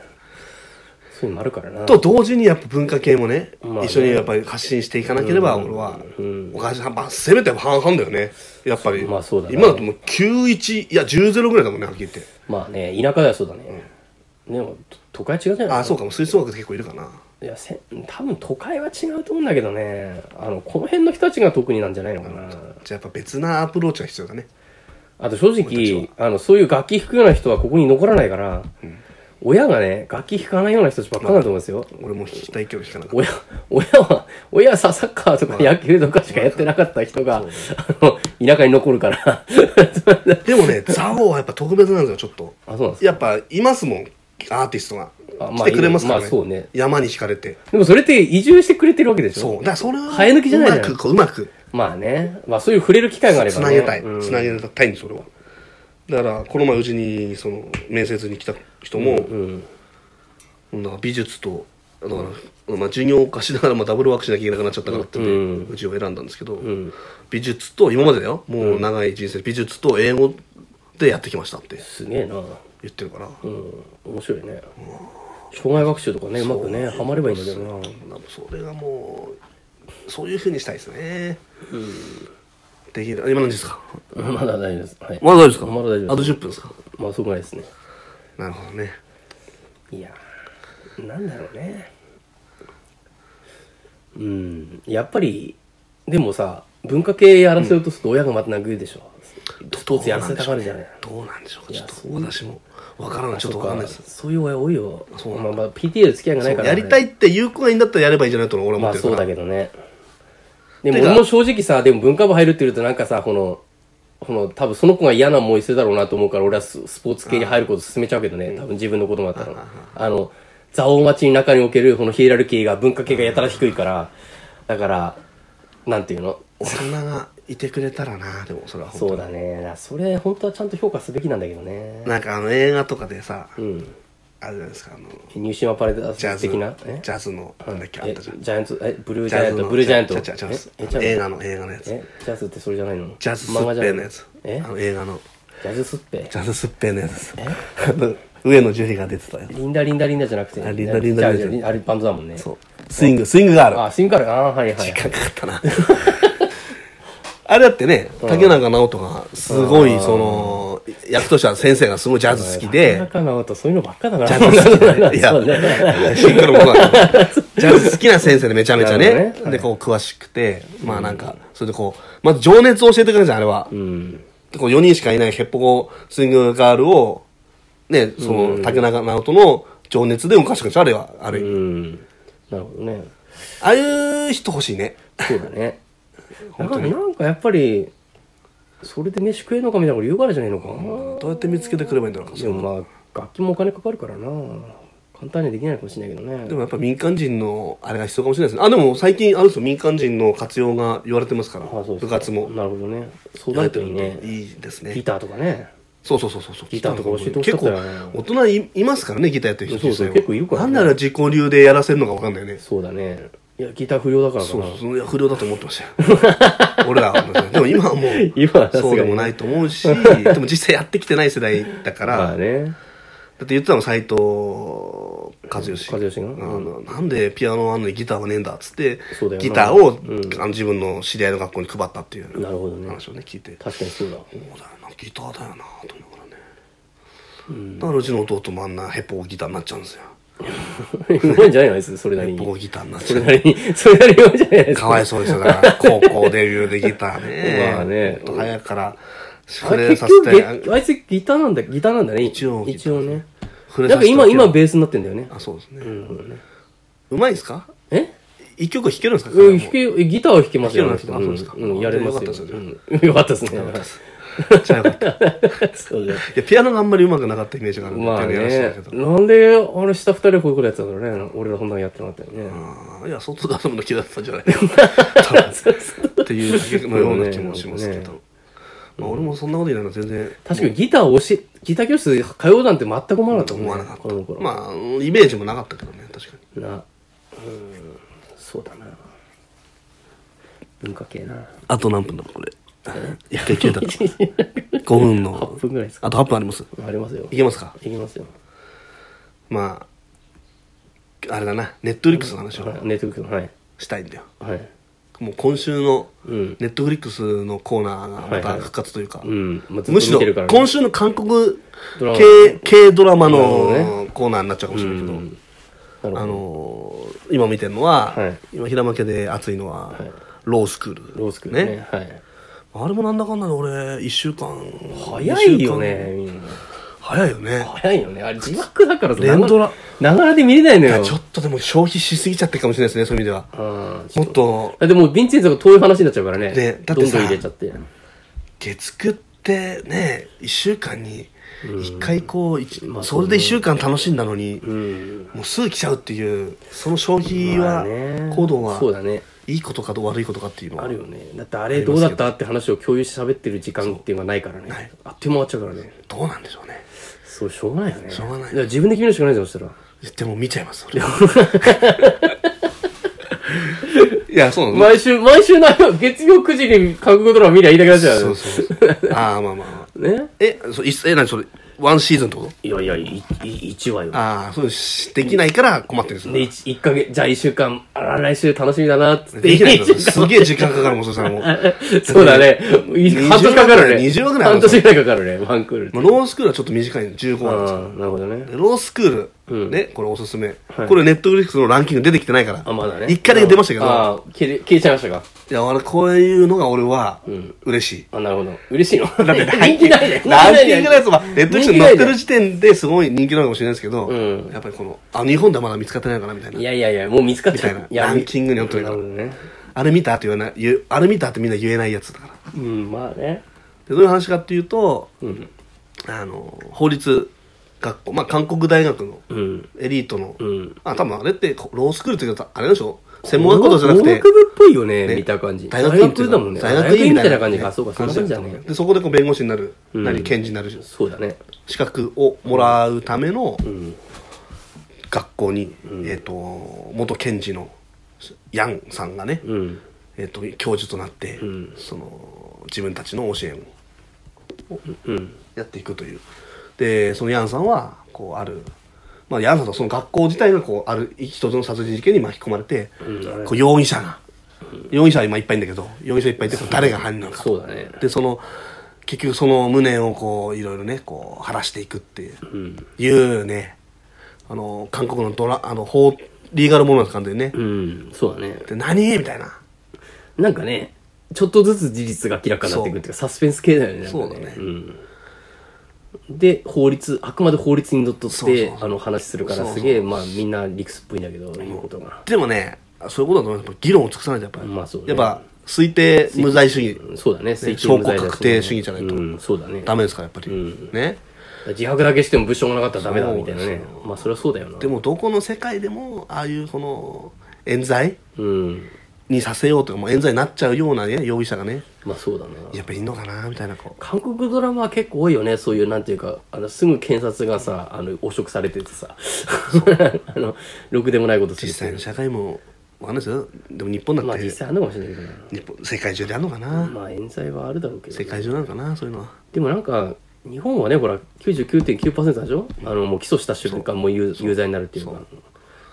[SPEAKER 2] そういうのもあるからな。
[SPEAKER 1] と同時にやっぱ文化系もね
[SPEAKER 2] まあね
[SPEAKER 1] 一緒にやっぱり発信していかなければ俺はおかしいまあせめて半々だよねやっぱり
[SPEAKER 2] まあそうだね
[SPEAKER 1] 今だともう91いや10-0ぐらいだもんねはっきり言って
[SPEAKER 2] まあね、田舎ではそうだね。でも、と都会は違うじゃない
[SPEAKER 1] あそうかも吹奏楽結構いるかない
[SPEAKER 2] やせ多分都会は違うと思うんだけどねあのこの辺の人たちが特になんじゃないのかな
[SPEAKER 1] じゃあやっぱ別なアプローチが必要だね
[SPEAKER 2] あと正直あのそういう楽器弾くような人はここに残らないから、親がね楽器弾かないような人たちばっかりだと思うんですよ、
[SPEAKER 1] 俺も弾きたいけど弾かなかっ
[SPEAKER 2] 親親は親はさサッカーとか野球とかしかやってなかった人が、あの田舎に残るから
[SPEAKER 1] たでもねザオはやっぱ特別なんですよちょっと
[SPEAKER 2] あそうなんですか
[SPEAKER 1] やっぱいますもんアーティストが
[SPEAKER 2] あまあ
[SPEAKER 1] 来てくれますからね,、
[SPEAKER 2] まあそうね
[SPEAKER 1] 山に惹かれて
[SPEAKER 2] でもそれって移住してくれてるわけでしょ
[SPEAKER 1] そうだからそれは
[SPEAKER 2] 生え抜きじゃないじゃん
[SPEAKER 1] うまくこううまく
[SPEAKER 2] まあねまあそういう触れる機会があれば
[SPEAKER 1] つ
[SPEAKER 2] ね
[SPEAKER 1] なげたい
[SPEAKER 2] うん
[SPEAKER 1] つなげたいんですそれはだからこの前うちにその面接に来た人も、
[SPEAKER 2] うん
[SPEAKER 1] なんか美術とだからうんまあ、授業を貸しながら、まあ、ダブルワークしなきゃいけなくなっちゃったからってね、
[SPEAKER 2] うん
[SPEAKER 1] うちを選んだんですけど、
[SPEAKER 2] ん
[SPEAKER 1] 美術と今までだよもう長い人生、美術と英語でやってきましたって
[SPEAKER 2] すげえなう
[SPEAKER 1] 言ってるから、
[SPEAKER 2] ん面白いね障害学習とかねうまくねハマればいいんだけどな
[SPEAKER 1] なんかそれがもうそういうふうにしたいですね、できるあ今何時ですか
[SPEAKER 2] まだ大丈夫です。はい。
[SPEAKER 1] まだ大丈夫ですか
[SPEAKER 2] まだ大丈
[SPEAKER 1] あ
[SPEAKER 2] 夫
[SPEAKER 1] と
[SPEAKER 2] です。
[SPEAKER 1] 10分ですか
[SPEAKER 2] まあ、そうぐらいですね。
[SPEAKER 1] なるほどね
[SPEAKER 2] いやー、なんだろうね。うん、やっぱり、でもさ、文化系やらせようとすると親がまた殴るでしょ。スポーツやらせたがるじゃない。
[SPEAKER 1] どうなんでしょうか
[SPEAKER 2] い
[SPEAKER 1] ち
[SPEAKER 2] や
[SPEAKER 1] ょっと
[SPEAKER 2] そう
[SPEAKER 1] 私もわからないちょっとわからないです
[SPEAKER 2] そういう親多いよ。
[SPEAKER 1] そう
[SPEAKER 2] まあまあ、PTA の付き合いがないから、
[SPEAKER 1] やりたいって有効がいいんだったらやればいいじゃないと俺は思
[SPEAKER 2] ま
[SPEAKER 1] っ
[SPEAKER 2] あ
[SPEAKER 1] てるか
[SPEAKER 2] そ
[SPEAKER 1] ら、
[SPEAKER 2] うだけどね。でも
[SPEAKER 1] てか
[SPEAKER 2] 俺も正直さ、でも文化部入るって言うとなんかさ、この、この多分その子が嫌な思いするだろうなと思うから俺はススポーツ系に入ることを勧めちゃうけどね、多分自分の子供だったら。あの、蔵王町の中におけるこのヒエラルキーが文化系がやたら低いから、だから、なんていうの
[SPEAKER 1] 大人がいてくれたらなでもそれは本当に
[SPEAKER 2] そうだね。だからそれ本当はちゃんと評価すべきなんだけどね。
[SPEAKER 1] なんかあの映画とかでさ、
[SPEAKER 2] うん。
[SPEAKER 1] あるじゃないですかあの
[SPEAKER 2] ニューシマパレード
[SPEAKER 1] ジャズ
[SPEAKER 2] 的な。え
[SPEAKER 1] ジャズのなんだっけあっ
[SPEAKER 2] え
[SPEAKER 1] たじ
[SPEAKER 2] ジ
[SPEAKER 1] ゃん
[SPEAKER 2] ャイアンツ、え、ブルージャイアント、ブルージャイアント。
[SPEAKER 1] ジャジャズ
[SPEAKER 2] ええ
[SPEAKER 1] の映画の映画のやつ
[SPEAKER 2] えジャズってそれじゃないの
[SPEAKER 1] ジャズすっ
[SPEAKER 2] 漫画じゃな
[SPEAKER 1] ぺ
[SPEAKER 2] い
[SPEAKER 1] のやつ
[SPEAKER 2] え
[SPEAKER 1] あの映画の
[SPEAKER 2] ジャズすっぺ
[SPEAKER 1] ジャズすっぺのやつ あの上野樹里が出てたよ
[SPEAKER 2] リンダリンダリンダじゃなくて。
[SPEAKER 1] あリンダリンダ
[SPEAKER 2] じ
[SPEAKER 1] リンダ
[SPEAKER 2] ゃあじゃああれバンドだもんね。
[SPEAKER 1] そうスイングスイングがある
[SPEAKER 2] あ、スインカル、あーはいはい。
[SPEAKER 1] 時間かかったなあれだってね竹中直人がすごいその役としては先生がすごいジャズ好きで
[SPEAKER 2] 中直人、そういうのばっかだな。ジ
[SPEAKER 1] ジャズ好きな、いや、
[SPEAKER 2] そうね。
[SPEAKER 1] シンクロもそうなんだけどジャズ好きな先生でめちゃめちゃ
[SPEAKER 2] なる
[SPEAKER 1] ね
[SPEAKER 2] ほど。ね
[SPEAKER 1] で、こう、詳しくて、まあなんか、それでこう、まず情熱を教えてくれるじゃん、あれは。
[SPEAKER 2] うん。
[SPEAKER 1] でこう4人しかいないヘッポコスイングガールを、ね、その、竹中直人の情熱で動かしてくれるじゃん、あれは。ある意
[SPEAKER 2] う
[SPEAKER 1] 味
[SPEAKER 2] ん。なるほどね。
[SPEAKER 1] ああいう人欲しいね。
[SPEAKER 2] そうだね。だからなんかやっぱり、それで飯食えんのかみたいなこと言うからじゃないのかな。
[SPEAKER 1] どうやって見つけてくればいいんだろうか。
[SPEAKER 2] でもまあ、楽器もお金かかるからな。簡単にはできないかもしれないけどね。
[SPEAKER 1] でもやっぱ民間人のあれが必要かもしれないですね。あ、でも最近あるんですよ、民間人の活用が言われてますから、
[SPEAKER 2] あそうです
[SPEAKER 1] 部活も。
[SPEAKER 2] なるほどね。そうなるといいね。
[SPEAKER 1] いいですね。
[SPEAKER 2] ギターとかね。
[SPEAKER 1] そうそうそうそうそう。
[SPEAKER 2] ギターとか教えてほし
[SPEAKER 1] 結
[SPEAKER 2] かった
[SPEAKER 1] 構
[SPEAKER 2] よね
[SPEAKER 1] 大人いいますからね、ギターやってる人
[SPEAKER 2] そうそ
[SPEAKER 1] 実際
[SPEAKER 2] う
[SPEAKER 1] は
[SPEAKER 2] 結構いるからね
[SPEAKER 1] なんなら自己流でやらせるのかわかんないよね。
[SPEAKER 2] そうだね。いや、ギター不良だからか
[SPEAKER 1] そう
[SPEAKER 2] な
[SPEAKER 1] そう。そのいや不良だと思ってました よ。俺らは思ってましたでも今はもう
[SPEAKER 2] 今はさすがに
[SPEAKER 1] そうでもないと思うし、でも実際やってきてない世代だから、
[SPEAKER 2] まあね。
[SPEAKER 1] だって言ってたの斎藤和義。
[SPEAKER 2] 和義が
[SPEAKER 1] あのなんでピアノあんのにギターはねえんだっつって
[SPEAKER 2] そうだよな
[SPEAKER 1] ギターを、あの自分の知り合いの学校に配ったっていう
[SPEAKER 2] なるほどね
[SPEAKER 1] 話をね聞いて。
[SPEAKER 2] 確かにそうだ。
[SPEAKER 1] そうだよなギターだよなと思うからね、だからうちの弟もあんなヘッポコギターになっちゃうんですよ
[SPEAKER 2] うまいんじゃないのあいつ、それな
[SPEAKER 1] ヘ
[SPEAKER 2] り
[SPEAKER 1] ッポコ
[SPEAKER 2] に。
[SPEAKER 1] ギターになっ
[SPEAKER 2] そ
[SPEAKER 1] ちゃ
[SPEAKER 2] れ
[SPEAKER 1] う
[SPEAKER 2] なりに、それなりにうまいんじゃないです
[SPEAKER 1] か
[SPEAKER 2] か。
[SPEAKER 1] わいそうですよだから高校デビューでギターね
[SPEAKER 2] まあね
[SPEAKER 1] もっと早くから
[SPEAKER 2] あ
[SPEAKER 1] 触
[SPEAKER 2] れ
[SPEAKER 1] れ
[SPEAKER 2] 結
[SPEAKER 1] させ
[SPEAKER 2] 局
[SPEAKER 1] て
[SPEAKER 2] げ、あいつギターなんだ、ギターなんだね。
[SPEAKER 1] 一応
[SPEAKER 2] 一応ね。
[SPEAKER 1] 触れ
[SPEAKER 2] な
[SPEAKER 1] さ
[SPEAKER 2] ん
[SPEAKER 1] せ
[SPEAKER 2] か
[SPEAKER 1] て
[SPEAKER 2] 今、今ベースになってんだよね。
[SPEAKER 1] あそうですね、うまいですか
[SPEAKER 2] え
[SPEAKER 1] 一曲弾けるんですか、
[SPEAKER 2] うん弾け、えギターは弾けますよ。
[SPEAKER 1] 弾けるの弾けるあそうですか
[SPEAKER 2] んんやれます
[SPEAKER 1] よか
[SPEAKER 2] よ。
[SPEAKER 1] ったですよ
[SPEAKER 2] うんよ かったですね。
[SPEAKER 1] じゃあよかったい
[SPEAKER 2] そうだよ
[SPEAKER 1] やピアノがあんまり上手くなかったイメージがあるんで、
[SPEAKER 2] まあ
[SPEAKER 1] ピアノやら
[SPEAKER 2] ね
[SPEAKER 1] せてた。けど
[SPEAKER 2] なんで、あれ、下二人こういうことやってたんだろうね。俺らそんなのやってなかったよね。
[SPEAKER 1] あーいや外で遊ぶの嫌だったんじゃない 多分
[SPEAKER 2] そうそう
[SPEAKER 1] っていうだけのような気もしますけど、まあ、俺もそんなこと言うのは全然
[SPEAKER 2] 確かにギターを教え、ギター教室通うなんて全く思わなかったもん
[SPEAKER 1] 思
[SPEAKER 2] ね。
[SPEAKER 1] わなかっ
[SPEAKER 2] 子供の頃
[SPEAKER 1] たまあイメージもなかったけどね確かに
[SPEAKER 2] なうんそうだな文化系 な
[SPEAKER 1] あと何分だこれ一回切れたら5 分
[SPEAKER 2] 8
[SPEAKER 1] の
[SPEAKER 2] 分ぐらいですか
[SPEAKER 1] あと8分あります
[SPEAKER 2] ありますよ
[SPEAKER 1] いけますか
[SPEAKER 2] いきますよ
[SPEAKER 1] まああれだなネットフリックスの話を
[SPEAKER 2] ネットフリックスのはい
[SPEAKER 1] したいんだよ
[SPEAKER 2] はい
[SPEAKER 1] もう今週の
[SPEAKER 2] うん
[SPEAKER 1] ネットフリックスのコーナーがまた復活というか、
[SPEAKER 2] うん、まあ、ずっ
[SPEAKER 1] むし
[SPEAKER 2] と見
[SPEAKER 1] ろ
[SPEAKER 2] てるから、
[SPEAKER 1] 今週の韓国
[SPEAKER 2] ドラマ
[SPEAKER 1] 系系ドラマ
[SPEAKER 2] なるほど
[SPEAKER 1] のコーナーになっちゃうかもしれないけど、
[SPEAKER 2] なるほど
[SPEAKER 1] あのー今見てるのは、
[SPEAKER 2] はい
[SPEAKER 1] 今平間家で熱いのは、
[SPEAKER 2] い
[SPEAKER 1] ロースクール
[SPEAKER 2] ロースクールねはい
[SPEAKER 1] あれもなんだかんだで俺1週間
[SPEAKER 2] 早いよねみんな
[SPEAKER 1] 早いよね
[SPEAKER 2] 早いよねあれ字幕だからさ
[SPEAKER 1] 連ドラ
[SPEAKER 2] ながらで見れないの
[SPEAKER 1] いや
[SPEAKER 2] よ
[SPEAKER 1] ちょっとでも消費しすぎちゃってるかもしれないですねそういう意味では
[SPEAKER 2] うん
[SPEAKER 1] もっと
[SPEAKER 2] だってもうヴィンチェンツォが遠い話になっちゃうからね
[SPEAKER 1] ねだってさ
[SPEAKER 2] どんどん入れちゃって
[SPEAKER 1] 月9ってね1週間に1回こう、一それで1週間楽しんだのに、
[SPEAKER 2] うん
[SPEAKER 1] もうすぐ来ちゃうっていうその消費
[SPEAKER 2] まあ
[SPEAKER 1] は、
[SPEAKER 2] ね
[SPEAKER 1] 行動は
[SPEAKER 2] そうだね
[SPEAKER 1] いいことかと悪いことかっていうのは
[SPEAKER 2] あるよねだってあれどうだったって話を共有して喋ってる時間っていうのがないからねあっという間終わっちゃうからね
[SPEAKER 1] どうなんでしょうね
[SPEAKER 2] そうしょうがないよね
[SPEAKER 1] しょうがない
[SPEAKER 2] だから自分で決めるしかないじゃんそしたら
[SPEAKER 1] でも見ちゃいますそれ いや、そうなの、
[SPEAKER 2] 毎週、毎週な、月曜9時に韓国ドラマ見りゃいいだけだじゃん。
[SPEAKER 1] そうそうそう。ああ、まあまあまあ。
[SPEAKER 2] ね。
[SPEAKER 1] え、そいつえ、何それ、ワンシーズンってこと
[SPEAKER 2] いやいや、いい一話よ。
[SPEAKER 1] ああ、そうし、できないから困ってるんですよ
[SPEAKER 2] で、
[SPEAKER 1] ね。
[SPEAKER 2] 一一ヶ月、じゃあ一週間、あら、来週楽しみだな、つって。
[SPEAKER 1] できないんですよ。
[SPEAKER 2] 一週
[SPEAKER 1] すげえ時間かかるもん、そしたらもう。まあ、
[SPEAKER 2] 間 そうだね。
[SPEAKER 1] 20
[SPEAKER 2] 半年かかるね。
[SPEAKER 1] 20ぐらいある
[SPEAKER 2] 半年ぐらいかかるね。ワンクールって。
[SPEAKER 1] ロースクールはちょっと短いの、15話な
[SPEAKER 2] あ
[SPEAKER 1] んですよ。
[SPEAKER 2] ーなるほどね。
[SPEAKER 1] でロースクール、
[SPEAKER 2] うん
[SPEAKER 1] ね、これおすすめ。
[SPEAKER 2] はい
[SPEAKER 1] これネットフリックスのランキング出てきてないから。
[SPEAKER 2] あ、まだね。
[SPEAKER 1] 一回だけ出ましたけど、
[SPEAKER 2] ああ、消え消えちゃいましたか。
[SPEAKER 1] いや、俺こういうのが俺は、嬉しい。
[SPEAKER 2] あ、なるほど。嬉しいの。
[SPEAKER 1] だって
[SPEAKER 2] 人気ないね。
[SPEAKER 1] ランキングのやつは、ネットフリックスに載ってる
[SPEAKER 2] 時
[SPEAKER 1] 時点ですごい人気なのかもしれないですけど、
[SPEAKER 2] うん。
[SPEAKER 1] やっぱりこの、あ、日本ではまだ見つかってないのかなみたいない
[SPEAKER 2] やいやいや、もう見つかっちゃ
[SPEAKER 1] み
[SPEAKER 2] う。
[SPEAKER 1] たいなランキングに載ってるから
[SPEAKER 2] なるほどね。
[SPEAKER 1] あれ見たって言わない、言うあれ見たってみんな言えないやつだから。で
[SPEAKER 2] うん、まあね。
[SPEAKER 1] どういう話かっていうと、
[SPEAKER 2] うん。
[SPEAKER 1] あの、法律学校、まあ韓国大学の
[SPEAKER 2] うん。
[SPEAKER 1] エリートの、
[SPEAKER 2] うん。
[SPEAKER 1] あ、多分あれってこロースクールって言うと、あれでしょ専門学校とかじゃなくて、
[SPEAKER 2] 学部っぽいよね、
[SPEAKER 1] ね
[SPEAKER 2] 見た感じ。
[SPEAKER 1] 大学院っていう
[SPEAKER 2] だ
[SPEAKER 1] か
[SPEAKER 2] もんね。
[SPEAKER 1] 大学院み
[SPEAKER 2] み
[SPEAKER 1] た
[SPEAKER 2] た
[SPEAKER 1] い
[SPEAKER 2] い
[SPEAKER 1] な感
[SPEAKER 2] な感
[SPEAKER 1] じ
[SPEAKER 2] じか。そうか、そんな感じだね。
[SPEAKER 1] でそこでこう弁護士になる、
[SPEAKER 2] うん
[SPEAKER 1] なり検事になる
[SPEAKER 2] そうだね。
[SPEAKER 1] 資格をもらうための
[SPEAKER 2] うん。
[SPEAKER 1] 学校に、えっ、と元検事のヤンさんがね、
[SPEAKER 2] うん。
[SPEAKER 1] えっと教授となって、
[SPEAKER 2] うん
[SPEAKER 1] その自分たちの教えを
[SPEAKER 2] うん。
[SPEAKER 1] やっていくというでそのヤンさんはこうある、まあ、ヤンさんとその学校自体がこうある一つの殺人事件に巻き込まれて、
[SPEAKER 2] うんあれ
[SPEAKER 1] こう容疑者が容疑者は今いっぱいいんだけど容疑者いっぱいいてその誰が犯人なのか
[SPEAKER 2] そうだね。
[SPEAKER 1] でその結局その無念をこういろいろねこう晴らしていくっていう
[SPEAKER 2] うん。
[SPEAKER 1] いうねあの韓国のドラあの法リーガルものなんですかんでね、
[SPEAKER 2] うん。そうだね。
[SPEAKER 1] で何みたいな
[SPEAKER 2] なんかね、ちょっとずつ事実が明らかになっていくっていうか、サスペンス系だよね。なんか
[SPEAKER 1] そうだね
[SPEAKER 2] うん。で、法律、あくまで法律にのっとっ
[SPEAKER 1] そうそう
[SPEAKER 2] て
[SPEAKER 1] そ、う
[SPEAKER 2] あの話するか
[SPEAKER 1] そう
[SPEAKER 2] ら、
[SPEAKER 1] そう
[SPEAKER 2] すげえ、まあみんな理屈っぽいんだけど、いうことが。
[SPEAKER 1] でもねそういうことだと思いますやっぱ議論を尽くさないとやっぱり、
[SPEAKER 2] まあそうね
[SPEAKER 1] やっぱ推定無罪主義
[SPEAKER 2] そうだね、推定無罪だ
[SPEAKER 1] 証拠確定主義じゃないと
[SPEAKER 2] うん、そうだね。
[SPEAKER 1] ダメですからやっぱり、
[SPEAKER 2] うん
[SPEAKER 1] ね
[SPEAKER 2] 自白だけしても物証がなかったらダメだみたいなね
[SPEAKER 1] そうそ。
[SPEAKER 2] まあそれはそうだよな。
[SPEAKER 1] でもどこの世界でもああいうこの冤罪
[SPEAKER 2] うん。
[SPEAKER 1] にさせようとかもう冤罪になっちゃうようなね容疑者がね
[SPEAKER 2] まあそうだな。
[SPEAKER 1] やっぱいいのかなみたいなこう
[SPEAKER 2] 韓国ドラマは結構多いよねそういうなんていうかあのすぐ検察がさあの汚職されててさ あのろくでもないことする
[SPEAKER 1] 実際の社会もわかんないですよでも日本だって、
[SPEAKER 2] まあ実際あんのかもしれないけどな
[SPEAKER 1] 日本世界中であるのかな、
[SPEAKER 2] まあ冤罪はあるだろうけど
[SPEAKER 1] 世
[SPEAKER 2] ね、
[SPEAKER 1] 界中なのかなそういうのは
[SPEAKER 2] でもなんか日本はねほら99.9%でしょあのもう起訴した瞬間もう有有罪になるっていうかだか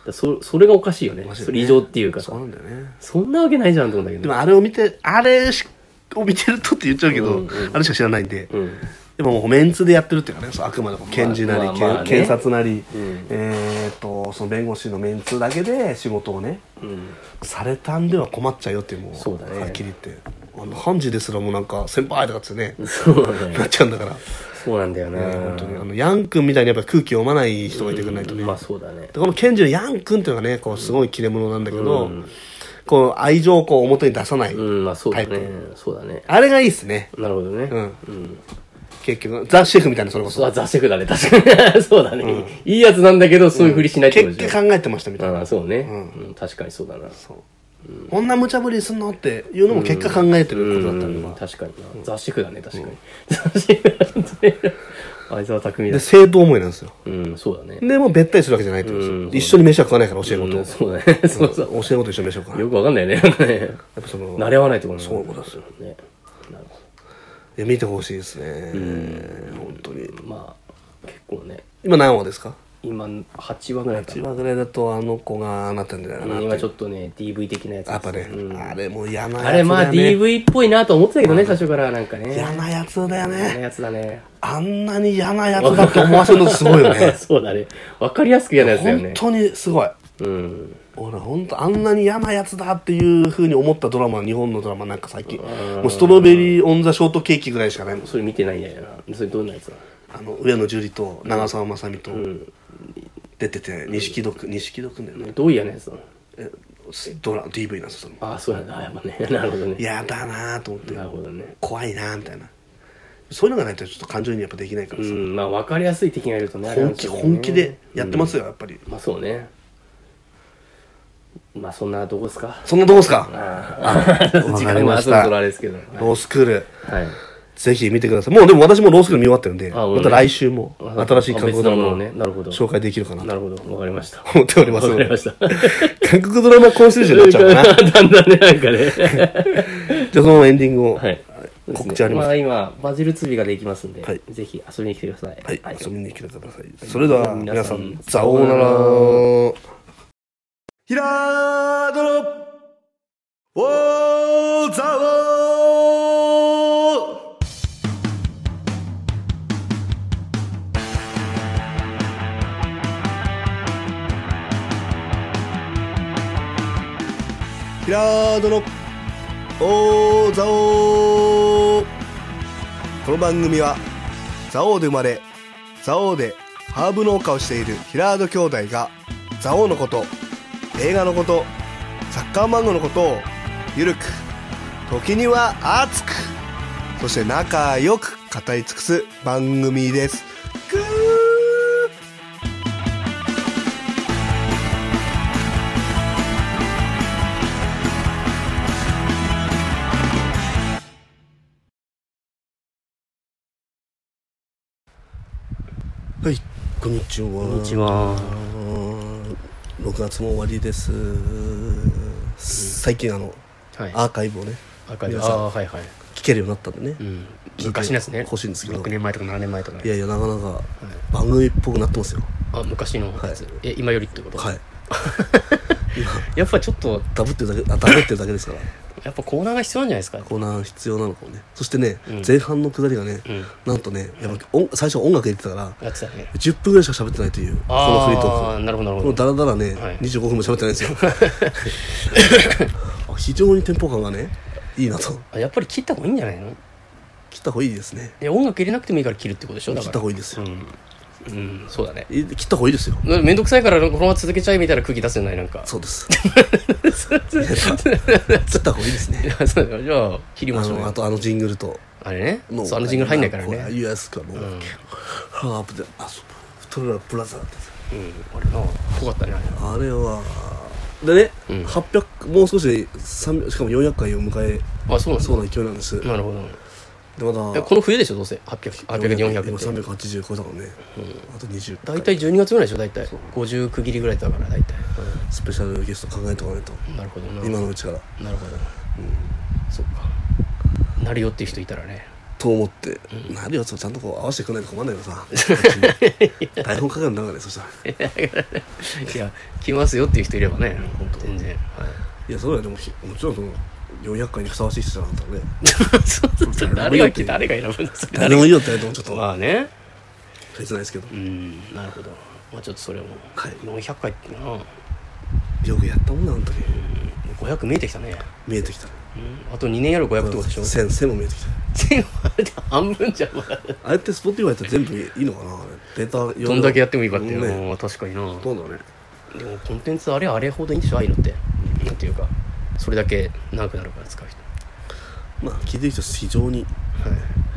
[SPEAKER 2] らそそれがおかしいよね
[SPEAKER 1] かしいよね
[SPEAKER 2] それ異常っていうかさ
[SPEAKER 1] そうなんだよね
[SPEAKER 2] そんなわけないじゃんと思うんだけ
[SPEAKER 1] で
[SPEAKER 2] ど
[SPEAKER 1] もあれを見てあれしを見てるとって言っちゃうけど、
[SPEAKER 2] うんうん
[SPEAKER 1] あれしか知らないんで、
[SPEAKER 2] うん
[SPEAKER 1] でももうメンツでやってるっていうかねそうあくまでも検事なり、
[SPEAKER 2] まあまあまあね
[SPEAKER 1] 検察なり、
[SPEAKER 2] うん
[SPEAKER 1] えーっとその弁護士のメンツだけで仕事をね
[SPEAKER 2] うん
[SPEAKER 1] されたんでは困っちゃうよっていうもう
[SPEAKER 2] そうだね
[SPEAKER 1] はっきり言ってあの判事ですらもうなんか先輩とかっつってね
[SPEAKER 2] そうだね
[SPEAKER 1] なっちゃうんだから、
[SPEAKER 2] そうなんだよね
[SPEAKER 1] ね本当にあのヤン君みたいにやっぱ空気読まない人がいてくれないとね、
[SPEAKER 2] まあそうだね
[SPEAKER 1] でこの賢治のヤン君っていうのがねこうすごい切れ者なんだけど、こう愛情をこう表に出さない、
[SPEAKER 2] うんまあそうだ
[SPEAKER 1] タイ
[SPEAKER 2] ねそうだね
[SPEAKER 1] あれがいいっすね
[SPEAKER 2] なるほどね
[SPEAKER 1] うん
[SPEAKER 2] うん
[SPEAKER 1] 結局ザ・シェフみたいなそれこ
[SPEAKER 2] そう
[SPEAKER 1] そ
[SPEAKER 2] あ、ザ・シェフだね、確かに。そうだね、いいやつなんだけど、そういうふりしないってこと
[SPEAKER 1] 結
[SPEAKER 2] じゃん
[SPEAKER 1] 果考えてましたみたいな、
[SPEAKER 2] ああ、そうね、
[SPEAKER 1] ん
[SPEAKER 2] うん確かにそうだな。
[SPEAKER 1] そうこんな無茶ぶりすんのっていうのも結果考えてることだったのが、
[SPEAKER 2] うん確かにな。ザ・シェフだね、確かに。ザ・シェフだね。相沢匠だ
[SPEAKER 1] で。正当思いなんですよ
[SPEAKER 2] うん、そうだね。
[SPEAKER 1] でもうべったりするわけじゃないってことですよ、
[SPEAKER 2] うん
[SPEAKER 1] 一緒に飯は食わないから教え子と、
[SPEAKER 2] うんそうだね。そうそう。
[SPEAKER 1] 教え子と一緒に飯を食わないや
[SPEAKER 2] よくわかんないよね。なんかね
[SPEAKER 1] っぱその
[SPEAKER 2] 慣れ合わないところ
[SPEAKER 1] そういうことですよ
[SPEAKER 2] ね。なるほ
[SPEAKER 1] いや見てほしいですね、本当に
[SPEAKER 2] ど。まあ、結構ね、
[SPEAKER 1] 今何話ですか
[SPEAKER 2] 今、8話ぐらいか
[SPEAKER 1] 一
[SPEAKER 2] な。
[SPEAKER 1] 話ぐらいだとあの子がなったんじゃないかなっていう
[SPEAKER 2] 今ちょっとね、DV 的なやつです。
[SPEAKER 1] やっぱね、
[SPEAKER 2] うん
[SPEAKER 1] あれもう嫌なやつだよね
[SPEAKER 2] あれ、まあ DV っぽいなと思ってたけどね、最初からなんかね。
[SPEAKER 1] 嫌なやつだよ
[SPEAKER 2] 嫌な
[SPEAKER 1] ね
[SPEAKER 2] やつだね。
[SPEAKER 1] あんなに嫌なやつだって思わせるのすごいよね
[SPEAKER 2] そうだね。わかりやすく嫌なやつだよ
[SPEAKER 1] 本
[SPEAKER 2] ね。
[SPEAKER 1] 当にすごい
[SPEAKER 2] うん。
[SPEAKER 1] 俺本当あんなに嫌なやつだっていうふうに思ったドラマ日本のドラマなんか最近もうストロベリー・オン・ザ・ショートケーキぐらいしかないもん
[SPEAKER 2] それ見てないんだよな。それどんなやつだ
[SPEAKER 1] あの上野樹里と長澤まさみと
[SPEAKER 2] ん
[SPEAKER 1] 出てて錦戸くん錦戸くんだよね
[SPEAKER 2] どういう嫌なやつだ
[SPEAKER 1] えドラ DV なんですよそれも
[SPEAKER 2] ああ、そうなんだ。あやっぱね。 なるほどね。
[SPEAKER 1] 嫌だなと思って
[SPEAKER 2] なるほどね。
[SPEAKER 1] 怖いなみたいなそういうのがないとちょっと感情にやっぱできないから
[SPEAKER 2] う
[SPEAKER 1] さ、
[SPEAKER 2] ん。まあ、わかりやすい敵がいるとね。あれなん
[SPEAKER 1] 本
[SPEAKER 2] だ
[SPEAKER 1] 気
[SPEAKER 2] けどね
[SPEAKER 1] 本気でやってますよ、やっぱり
[SPEAKER 2] まあ、そうね。まあ、そんなとこですか。
[SPEAKER 1] そんなとこですか
[SPEAKER 2] ああ。時
[SPEAKER 1] わか
[SPEAKER 2] 間が
[SPEAKER 1] りま
[SPEAKER 2] あ
[SPEAKER 1] した
[SPEAKER 2] そろそろあれですけど。
[SPEAKER 1] ロースクール
[SPEAKER 2] はい。
[SPEAKER 1] ぜひ見てください。もうでも私もロースクール見終わってるんで、
[SPEAKER 2] あ俺ね
[SPEAKER 1] また来週も
[SPEAKER 2] あ
[SPEAKER 1] 新しい韓国ドラマ
[SPEAKER 2] あ別のものをねなるほど
[SPEAKER 1] 紹介できるかなと
[SPEAKER 2] なるほど。わかり ました。
[SPEAKER 1] 思っております
[SPEAKER 2] わ
[SPEAKER 1] の
[SPEAKER 2] かり
[SPEAKER 1] で
[SPEAKER 2] ました。
[SPEAKER 1] 韓国ドラマ講習者になっちゃう かな。じゃ
[SPEAKER 2] だんだんね、なんかね。
[SPEAKER 1] あそのエンディングを
[SPEAKER 2] はい。
[SPEAKER 1] 告知あります
[SPEAKER 2] あ今、バジル釣りができますんで、
[SPEAKER 1] はい
[SPEAKER 2] ぜひ遊びに来てください。
[SPEAKER 1] はい、遊びに来てください。それでは、皆さん
[SPEAKER 2] 皆、さん
[SPEAKER 1] さようなら。ひらーどろおーざおーひらーどろおーざおーこの番組は、蔵王で生まれ蔵王でハーブ農家をしているヒラード兄弟が蔵王のこと映画のことサッカー漫画のことをゆるく時には熱くそして仲良く語り尽くす番組です。グーはい、こんにちは。こ
[SPEAKER 2] こんにち。は。
[SPEAKER 1] 6月も終わりです。最近あの、
[SPEAKER 2] はい。
[SPEAKER 1] アーカイブをね、
[SPEAKER 2] 赤い。あ
[SPEAKER 1] 皆さん
[SPEAKER 2] あ、はいはい。
[SPEAKER 1] 聞けるようになったんでね。
[SPEAKER 2] うん。昔のやつね。
[SPEAKER 1] 欲しいんですけど
[SPEAKER 2] 6年前とか7年前とかね
[SPEAKER 1] いやいや、なかなか番組っぽくなってますよ。
[SPEAKER 2] あ、昔のやつ。え、今よりってこと
[SPEAKER 1] はい。
[SPEAKER 2] やっぱちょっと、
[SPEAKER 1] ダブってるだけ、あ、ダブってるだけですから。
[SPEAKER 2] やっぱコーナーが必要なんじゃないですか。
[SPEAKER 1] コーナー必要なのかもね。そしてね、
[SPEAKER 2] うん
[SPEAKER 1] 前半の下りがね、
[SPEAKER 2] うん
[SPEAKER 1] なんとね、やっぱ音最初音楽入れてたから、
[SPEAKER 2] やってたね。
[SPEAKER 1] 10分ぐらいしか喋ってないという、このフリート
[SPEAKER 2] あ
[SPEAKER 1] ー
[SPEAKER 2] ー
[SPEAKER 1] ク。
[SPEAKER 2] なるほど、なる
[SPEAKER 1] この
[SPEAKER 2] ほど。
[SPEAKER 1] ダラダラね、
[SPEAKER 2] はい
[SPEAKER 1] 25分も喋ってないんですよ。 あ非常にテンポ感がね、いいなと。
[SPEAKER 2] あやっぱり切った方がいいんじゃないの
[SPEAKER 1] 切った方がいいですね。
[SPEAKER 2] で音楽入れなくてもいいから切るってことでしょだ
[SPEAKER 1] 切
[SPEAKER 2] か
[SPEAKER 1] っ
[SPEAKER 2] ら
[SPEAKER 1] た方がいいですよ。
[SPEAKER 2] うん、うん、そうだね
[SPEAKER 1] い切った方がいいですよ。
[SPEAKER 2] なめんどくさいからなんかこのまま続けちゃいみたいな空気出すんじゃないなんか
[SPEAKER 1] そうです。切った方がいいですね。
[SPEAKER 2] いやそうだ よじゃあ切り
[SPEAKER 1] あ
[SPEAKER 2] ましょう
[SPEAKER 1] の、あ
[SPEAKER 2] よ
[SPEAKER 1] とあのジングルと。
[SPEAKER 2] あれねそうあのジングル入んないから
[SPEAKER 1] こ
[SPEAKER 2] ね
[SPEAKER 1] れ US かもう、
[SPEAKER 2] うん
[SPEAKER 1] ハープであそうトレラブラザーってさ
[SPEAKER 2] うんあれなぽかったねあれ
[SPEAKER 1] あれはでね、
[SPEAKER 2] うん
[SPEAKER 1] 800もう少しで300しかも400回を迎え
[SPEAKER 2] あそうなんだ
[SPEAKER 1] そうな勢いなんですで
[SPEAKER 2] なるほど
[SPEAKER 1] ま
[SPEAKER 2] え
[SPEAKER 1] だ
[SPEAKER 2] この冬でしょどうせ800 800
[SPEAKER 1] 今
[SPEAKER 2] 400って
[SPEAKER 1] 380超えたからね、あと20
[SPEAKER 2] 大体12月ぐらいでしょ大体50区切りぐらいだから大体、
[SPEAKER 1] スペシャルゲスト考えとかないと、
[SPEAKER 2] うんなるほどな
[SPEAKER 1] 今のうちから
[SPEAKER 2] なるほど、そっかなるよっていう人いたらね
[SPEAKER 1] と思って、なるよちょっとちゃんとこう合わせてくんないと困んないからさ 台本書かんながらねそしたら
[SPEAKER 2] いや来ますよっていう人いればね全然、はい
[SPEAKER 1] いやそうやでもひもちろんその400回にふさわしい人じゃなかったらね
[SPEAKER 2] そうそう そう誰が来誰が選ぶんですか
[SPEAKER 1] 誰もいいよって言われてもちょっと
[SPEAKER 2] まあね
[SPEAKER 1] 切ないですけど
[SPEAKER 2] うんなるほどまあちょっとそれも、
[SPEAKER 1] はい
[SPEAKER 2] 400回ってな
[SPEAKER 1] よくやったもんなあの時
[SPEAKER 2] 500見えてきたね、
[SPEAKER 1] 見えてきた
[SPEAKER 2] うん、あと2年やる500ってことでしょ
[SPEAKER 1] 線線も見えてきた
[SPEAKER 2] 全部あれで半分じゃんまだ
[SPEAKER 1] あれってスポティファイって全部いいのかなあれデータ用の
[SPEAKER 2] どんだけやってもいいかっていううんの
[SPEAKER 1] ね
[SPEAKER 2] は確かにな
[SPEAKER 1] ほとんどね
[SPEAKER 2] でもコンテンツあれあれほどいいんでしょああいうのってなんていうかそれだけ長くなるから使う人
[SPEAKER 1] まあ聞いてる人非常に
[SPEAKER 2] は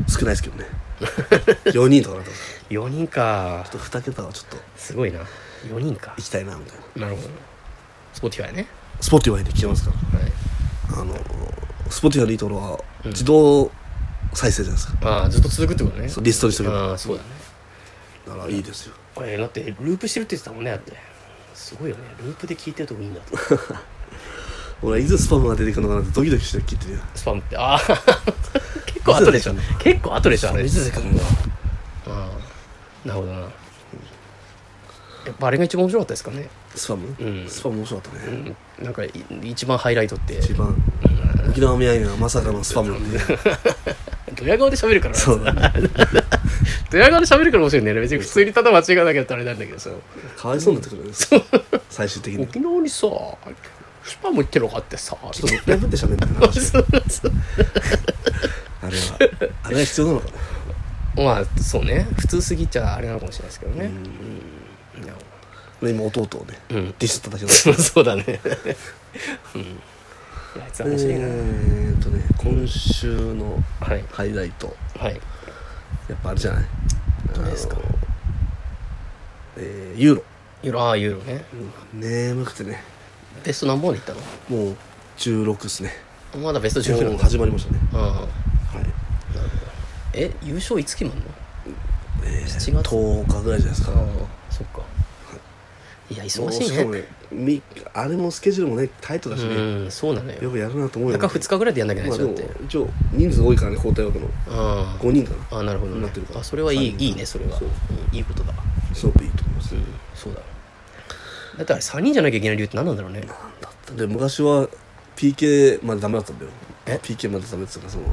[SPEAKER 1] 少ないですけどね 4人とかだとち
[SPEAKER 2] い4人か
[SPEAKER 1] ょっと2桁はちょっと
[SPEAKER 2] すごいな4人か
[SPEAKER 1] 行きたいなみたいな
[SPEAKER 2] なるほどスポティファイね
[SPEAKER 1] スポティファイで聞けますか
[SPEAKER 2] はい
[SPEAKER 1] らあのスポティファイのいいところは自動再生じゃないですか、
[SPEAKER 2] ああずっと続くってことね
[SPEAKER 1] リストにしとけば
[SPEAKER 2] ああそうだね
[SPEAKER 1] だからいいですよ
[SPEAKER 2] これだってループしてるって言ってたもんねだってすごいよねループで聞いてるとこいいんだ と
[SPEAKER 1] 俺はいつスパムが出てくるのかなってドキドキして聞いてるよ
[SPEAKER 2] スパムってああ 結構後でしょ結構後でしょあれ
[SPEAKER 1] いつ出てくるのか
[SPEAKER 2] ああなるほどなやっぱあれが一番面白かったですかね
[SPEAKER 1] スパム、
[SPEAKER 2] うん
[SPEAKER 1] スパム面白かったね、
[SPEAKER 2] うんなんかい一番ハイライトって
[SPEAKER 1] 一番沖縄宮城がまさかのスパムなんで
[SPEAKER 2] ドヤ顔で喋るからな
[SPEAKER 1] そうだ ね
[SPEAKER 2] ドヤ顔で喋るから面白いんだよね別に普通にただ間違いなきゃったらあれなんだけどさ
[SPEAKER 1] かわいそうになってくるよね最終的にち
[SPEAKER 2] 沖縄にさスパム行ってるのかってさ
[SPEAKER 1] ょっとペンペンって喋ってるな
[SPEAKER 2] そうそう
[SPEAKER 1] あれはあれは必要なのかな
[SPEAKER 2] まあそうね普通すぎちゃあれなのかもしれないですけどねうんなるほど
[SPEAKER 1] で今弟をね
[SPEAKER 2] うん
[SPEAKER 1] ディスっただけだ
[SPEAKER 2] そうそうだね。うん。いや、あいつは面白いな。
[SPEAKER 1] えーっとね今週の
[SPEAKER 2] はい。
[SPEAKER 1] ハイライト
[SPEAKER 2] はい。
[SPEAKER 1] やっぱあれじゃない
[SPEAKER 2] どうですか
[SPEAKER 1] あのえーユーロ
[SPEAKER 2] ユーロ、ああ、ユーロね。
[SPEAKER 1] 眠くてね
[SPEAKER 2] ベスト何本でいったの
[SPEAKER 1] もう16っすね
[SPEAKER 2] まだベスト
[SPEAKER 1] も
[SPEAKER 2] 10
[SPEAKER 1] う
[SPEAKER 2] なんだ。
[SPEAKER 1] 始まりましたね
[SPEAKER 2] あ
[SPEAKER 1] はい
[SPEAKER 2] あ。なるほえ優勝いつ決まんの7月
[SPEAKER 1] 10日ぐらいじゃないですか
[SPEAKER 2] ああそっかいや忙しい
[SPEAKER 1] もうしかも
[SPEAKER 2] ね
[SPEAKER 1] ねみあれもスケジュールもねタイトだしね、
[SPEAKER 2] うんそうなの
[SPEAKER 1] やっ
[SPEAKER 2] よ
[SPEAKER 1] ぱやるなと思うよ、ね、
[SPEAKER 2] 中2日ぐらいでやんなきゃいけ
[SPEAKER 1] ま
[SPEAKER 2] な
[SPEAKER 1] あ
[SPEAKER 2] いで
[SPEAKER 1] ですも
[SPEAKER 2] よだって
[SPEAKER 1] 一応人数多いからね交代枠の
[SPEAKER 2] あ
[SPEAKER 1] 5人か
[SPEAKER 2] ああなるほど、
[SPEAKER 1] な
[SPEAKER 2] ね
[SPEAKER 1] ってるか、ら
[SPEAKER 2] あそれはいい
[SPEAKER 1] 三人
[SPEAKER 2] いいねそれは
[SPEAKER 1] そう
[SPEAKER 2] うんいいことだ
[SPEAKER 1] なすごくいいと思います、
[SPEAKER 2] うんそうだだってあれ3人じゃなきゃいけない理由って何なんだろうね
[SPEAKER 1] だったで昔は PK までダメだったんだよ
[SPEAKER 2] え
[SPEAKER 1] PK までダメっていうかそのだ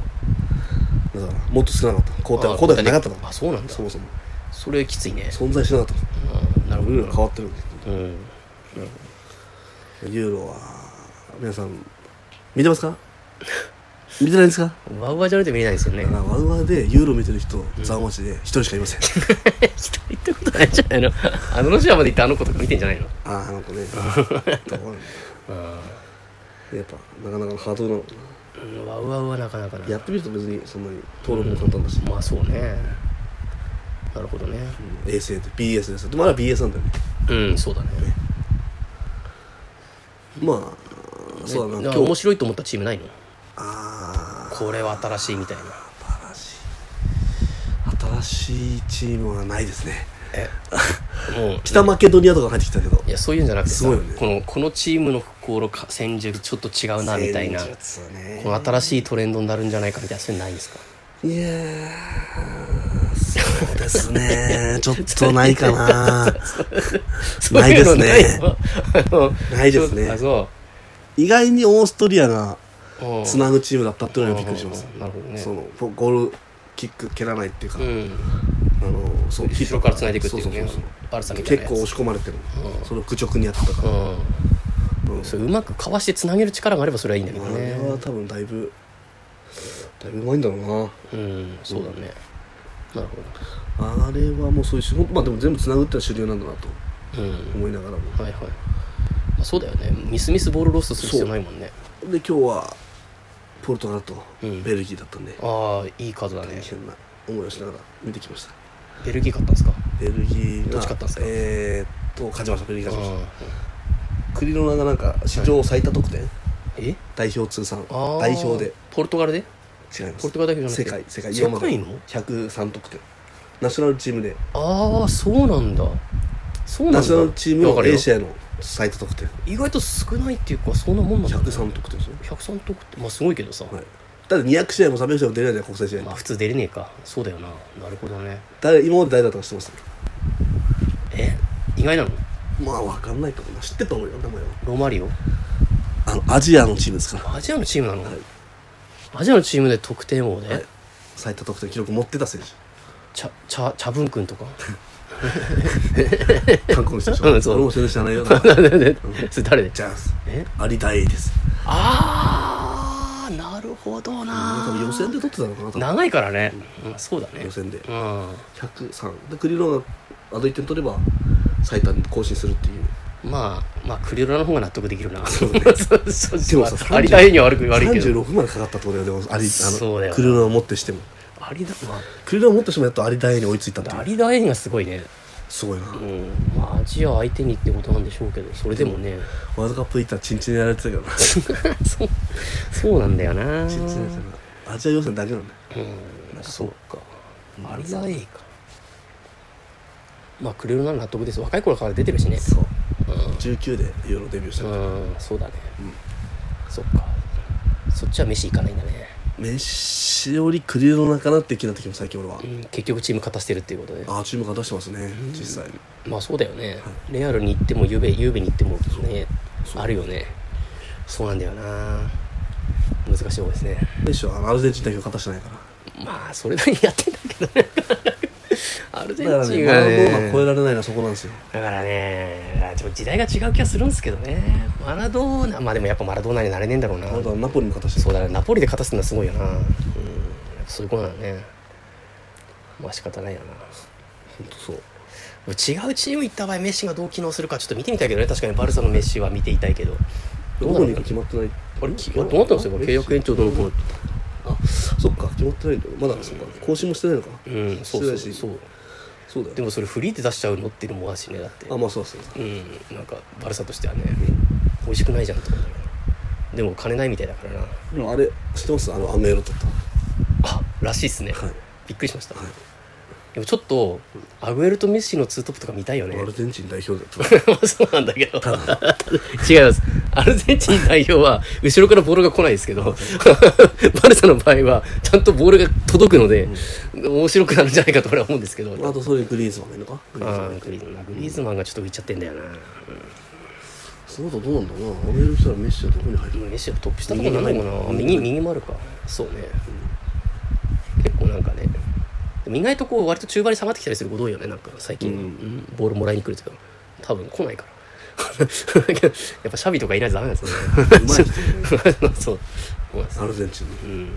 [SPEAKER 1] からもっと少なかった交代は
[SPEAKER 2] あ
[SPEAKER 1] 交代がなかったの
[SPEAKER 2] あそうなんだ
[SPEAKER 1] そもそも
[SPEAKER 2] それきついね
[SPEAKER 1] 存在しなかったの
[SPEAKER 2] うんなるほど
[SPEAKER 1] ルールが変わってるんで
[SPEAKER 2] うん
[SPEAKER 1] ユーロは皆さん見てます か見てないですか
[SPEAKER 2] ワウワウじゃなくて見れないですよね
[SPEAKER 1] だからワウワウでユーロ見てる人ざわまちで一人しかいません
[SPEAKER 2] 一人行ったことないんじゃないのあのロシアまで行ったあの子とか見てんじゃないの
[SPEAKER 1] ああなんかね どうなんだ
[SPEAKER 2] あ
[SPEAKER 1] やっぱなかなかのハードルなのか
[SPEAKER 2] ーうんワウワウはなかなかな
[SPEAKER 1] なやってみると別にそんなに登録も簡単だし、
[SPEAKER 2] まあそうねなるほどね
[SPEAKER 1] 衛星で BS ですでもあれは BS なんだよね
[SPEAKER 2] うんそうだね
[SPEAKER 1] まあそうだな今
[SPEAKER 2] 今日面
[SPEAKER 1] 日
[SPEAKER 2] 白いと思ったチームないの
[SPEAKER 1] ああ
[SPEAKER 2] これは新しいみたいな
[SPEAKER 1] 新しい新しいチームはないですね
[SPEAKER 2] え もう
[SPEAKER 1] 北マケドニアとか入ってきたけど
[SPEAKER 2] いやそういうんじゃなくて
[SPEAKER 1] す
[SPEAKER 2] さ、
[SPEAKER 1] ごいよね
[SPEAKER 2] このこのチームの復興のか戦術ちょっと違うなみたいな
[SPEAKER 1] 戦術はね
[SPEAKER 2] この新しいトレンドになるんじゃないかみたいなそういうのないんですか
[SPEAKER 1] いやーそうです ねちょっとないかなないです ね
[SPEAKER 2] そううのないの
[SPEAKER 1] ないですね
[SPEAKER 2] あそ
[SPEAKER 1] 意外にオーストリアが
[SPEAKER 2] ううん
[SPEAKER 1] つなぐチームだったっていうのはびっくりします
[SPEAKER 2] うんなるほどね
[SPEAKER 1] そのゴールキック蹴らないっていうか、
[SPEAKER 2] うん
[SPEAKER 1] あのそう
[SPEAKER 2] 後ろから繋いでいくっていうね
[SPEAKER 1] そそそ
[SPEAKER 2] バルサみたい
[SPEAKER 1] 結
[SPEAKER 2] なやつ
[SPEAKER 1] 構押し込まれてる、
[SPEAKER 2] うん
[SPEAKER 1] それを愚直にやってたから、
[SPEAKER 2] う
[SPEAKER 1] うんん
[SPEAKER 2] それうまくかわしてつなげる力があればそれはいいんだけど
[SPEAKER 1] あれ
[SPEAKER 2] ね
[SPEAKER 1] は多分だいぶだいぶうまいんだろうな
[SPEAKER 2] うんそうだねなるほ
[SPEAKER 1] あれはもうそういう仕事まあでも全部つなぐってのは主流なんだなと
[SPEAKER 2] どうん
[SPEAKER 1] 思いながらも
[SPEAKER 2] はいはい、まあ、そうだよねミスミスボールロストする必要ないもんね
[SPEAKER 1] で今日はポルトガルと
[SPEAKER 2] うん
[SPEAKER 1] ベルギーだったんで、
[SPEAKER 2] ああいい数だ
[SPEAKER 1] 大
[SPEAKER 2] ね
[SPEAKER 1] 変な思いをしながら見てきました
[SPEAKER 2] ベルギー勝ったんですか
[SPEAKER 1] ベルギーが
[SPEAKER 2] どっち勝ったんですか
[SPEAKER 1] えーっと勝ちましたベルギー勝ちまし
[SPEAKER 2] うん
[SPEAKER 1] たクリロナがなんか史上最多得点、
[SPEAKER 2] え
[SPEAKER 1] 代表通算
[SPEAKER 2] あー
[SPEAKER 1] 代表で
[SPEAKER 2] ポルトガルで
[SPEAKER 1] 違います
[SPEAKER 2] ポルトガルだけじゃなくて
[SPEAKER 1] 世界世界
[SPEAKER 2] 世界の
[SPEAKER 1] 今まで103得点ナショナルチームで
[SPEAKER 2] ああそうなんだそうなんだ
[SPEAKER 1] ナショナルチーム
[SPEAKER 2] わか
[SPEAKER 1] の
[SPEAKER 2] るよ
[SPEAKER 1] A 試合の最多得点
[SPEAKER 2] 意外と少ないっていうかそんなもんなんだね
[SPEAKER 1] 103得点ですよ、
[SPEAKER 2] 103得点まあすごいけどさ、
[SPEAKER 1] はい、だって200試合も300試合も出れないじゃん国際試合に、
[SPEAKER 2] まあ普通出れねえかそうだよななるほどね
[SPEAKER 1] 誰今まで誰だったか知ってます
[SPEAKER 2] え意外なの
[SPEAKER 1] まあわかんないかもな知ってたと思うよ名前は
[SPEAKER 2] ロマリオ
[SPEAKER 1] あのアジアのチームですから
[SPEAKER 2] アジアのチームなの、
[SPEAKER 1] はい
[SPEAKER 2] アジアのチームで得点王で、
[SPEAKER 1] はい最多得点記録持ってた選手
[SPEAKER 2] チャチャチャブン君とか
[SPEAKER 1] 韓国の人でし
[SPEAKER 2] うん
[SPEAKER 1] ょ
[SPEAKER 2] そう
[SPEAKER 1] 俺も全然知ら ないよな
[SPEAKER 2] それ誰で
[SPEAKER 1] チャンス
[SPEAKER 2] え
[SPEAKER 1] アリ大です
[SPEAKER 2] ああなるほどな
[SPEAKER 1] 多分予選で取ってたのかな多分
[SPEAKER 2] 長いからね、うんそうだね
[SPEAKER 1] 予選で
[SPEAKER 2] うん
[SPEAKER 1] 103でクリローナあと1点取れば最多に更新するっていう
[SPEAKER 2] まあまあクリロラの方が納得でき るな そう
[SPEAKER 1] だね
[SPEAKER 2] そう
[SPEAKER 1] でもさ
[SPEAKER 2] まあありたいには悪く悪いけど
[SPEAKER 1] 36までかかったってことだよでもありあ
[SPEAKER 2] そうだ
[SPEAKER 1] の
[SPEAKER 2] よな
[SPEAKER 1] クリロナを持ってしても
[SPEAKER 2] ありだま
[SPEAKER 1] クリロナを持ってしてもやっとアリ大に追いついたって
[SPEAKER 2] あ
[SPEAKER 1] い
[SPEAKER 2] ア
[SPEAKER 1] う
[SPEAKER 2] リダエンがすごいね
[SPEAKER 1] すごいな
[SPEAKER 2] うんまあアジア相手にってことなんでしょうけどそれでもね
[SPEAKER 1] ワールドカップ行ったらチンチンやられてたけどなチ
[SPEAKER 2] そうそうなんだよな
[SPEAKER 1] ンチンやられてたなアジア予選だけなんだよ
[SPEAKER 2] うんそうかアリダエンかまあクリロラの納得です若い頃から出てるしね
[SPEAKER 1] そう19でユーロデビューした
[SPEAKER 2] う
[SPEAKER 1] から
[SPEAKER 2] んそうだねそっかそっちは飯行かないんだね
[SPEAKER 1] メッシよりクリロナかなって気になってきます最近俺は
[SPEAKER 2] うん結局チーム勝たせてるっていうことで
[SPEAKER 1] ああチーム勝たしてますね実際
[SPEAKER 2] まあそうだよね、レアルに行ってもゆうべゆうべに行ってもね
[SPEAKER 1] そう
[SPEAKER 2] あるよねそうなんだよな難しい方ですね
[SPEAKER 1] メッシはあのアルゼンチン代表勝たしてないから
[SPEAKER 2] まあそれなりにやってんだけ どねアルゼン
[SPEAKER 1] だから
[SPEAKER 2] チ
[SPEAKER 1] ね
[SPEAKER 2] ン
[SPEAKER 1] マ
[SPEAKER 2] が
[SPEAKER 1] ラド
[SPEAKER 2] ね
[SPEAKER 1] ーナ超えられないのはそこなんですよ
[SPEAKER 2] だからねちょっと時代が違う気がするんですけどねマラドーナまあでもやっぱマラドーナになれねえんだろうな
[SPEAKER 1] あとはナポリも勝たして
[SPEAKER 2] そ
[SPEAKER 1] な
[SPEAKER 2] う
[SPEAKER 1] い
[SPEAKER 2] だねナポリで勝たすのはすごいよな、うん、そういうことなんだねまあ仕方ないよな
[SPEAKER 1] 本当そう
[SPEAKER 2] 違うチーム行った場合メッシがどう機能するかちょっと見てみたいけどね確かにバルサのメッシは見ていたいけど
[SPEAKER 1] ど
[SPEAKER 2] どう
[SPEAKER 1] こ
[SPEAKER 2] な
[SPEAKER 1] に
[SPEAKER 2] る
[SPEAKER 1] 行くか決まってない
[SPEAKER 2] あれきどうなったんですか契約延長どうのこうのって
[SPEAKER 1] あそっか決まってないんだまだそっか更新もしてないのか
[SPEAKER 2] うんそうそうそう
[SPEAKER 1] そうそうだよ
[SPEAKER 2] でもそれフリーで出しちゃうのっていうのもあるしねだって
[SPEAKER 1] あまあそうそうそう
[SPEAKER 2] うんなんかバルサとしてはね美味しくないじゃんって思うんだけどでも金ないみたいだからな
[SPEAKER 1] でもあれ知ってますあのアメーロ取った
[SPEAKER 2] あらしいっすね
[SPEAKER 1] はい
[SPEAKER 2] びっくりしましたでもちょっとアグエルとメッシのツートップとか見たいよね
[SPEAKER 1] アルゼンチン代表だと
[SPEAKER 2] そうなんだけど違いますアルゼンチン代表は後ろからボールが来ないですけど バルサの場合はちゃんとボールが届くので、面白くなるんじゃないかと俺は思うんですけど、
[SPEAKER 1] あとそういうグリーズマンがいるのかグリーズマ
[SPEAKER 2] あ
[SPEAKER 1] ン
[SPEAKER 2] ーグリーズマングリーズマンがちょっと浮いちゃってんだよな、
[SPEAKER 1] その後どうなんだろうなアメリカしたらメッシはどこに入るの
[SPEAKER 2] メッシはトップ下とかならないかな
[SPEAKER 1] 右
[SPEAKER 2] 右右もあるかそうね、結構なんかね意外とこう割と中盤に下がってきたりすること多いよねなんか最近、
[SPEAKER 1] うん
[SPEAKER 2] うんボールもらいに来るけど多分来ないから やっぱシャビとかいないとダメなんですよね
[SPEAKER 1] うまい人い
[SPEAKER 2] そうごめんなさ
[SPEAKER 1] ア
[SPEAKER 2] い
[SPEAKER 1] ルゼンチンに
[SPEAKER 2] うん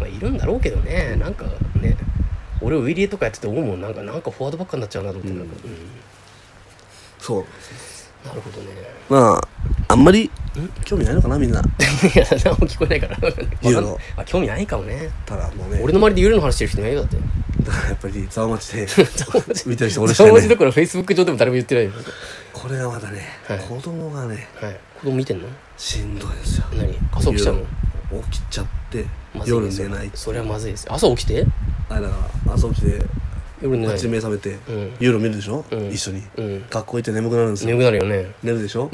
[SPEAKER 2] まあいるんだろうけどねなんかね俺ウィリエとかやってて思うもんなんかなんかフォワードばっかになっちゃうなと思って、なんかうん
[SPEAKER 1] そう
[SPEAKER 2] なるほどね
[SPEAKER 1] まああんまり興味ないのかなみんない
[SPEAKER 2] や何も聞こえないから
[SPEAKER 1] ユー ロ
[SPEAKER 2] あ興味ないかもね
[SPEAKER 1] ただもうね
[SPEAKER 2] 俺の周りでユーロの話してる人いないよだって
[SPEAKER 1] だ からやっぱりざわまち で 見てる人俺し
[SPEAKER 2] そ
[SPEAKER 1] か
[SPEAKER 2] の
[SPEAKER 1] いな
[SPEAKER 2] 文字ど
[SPEAKER 1] い
[SPEAKER 2] ころフェイスブック上でも誰も言ってないよ、
[SPEAKER 1] これがまたね
[SPEAKER 2] はい
[SPEAKER 1] 子供がね
[SPEAKER 2] はい、子供見てんの
[SPEAKER 1] しんどいんですよ
[SPEAKER 2] 何朝起きちゃうの
[SPEAKER 1] 夜起きちゃって
[SPEAKER 2] まずいね
[SPEAKER 1] 夜寝ない
[SPEAKER 2] それはまずいですよ朝起きて
[SPEAKER 1] あだから朝起きて
[SPEAKER 2] 夜寝な
[SPEAKER 1] 8
[SPEAKER 2] い
[SPEAKER 1] 時目覚めて
[SPEAKER 2] うん
[SPEAKER 1] ユーロ見るでしょ
[SPEAKER 2] うん
[SPEAKER 1] 一緒に
[SPEAKER 2] うん
[SPEAKER 1] 学校行って眠くなるんですよ
[SPEAKER 2] 眠くなるよね
[SPEAKER 1] 寝るで しょ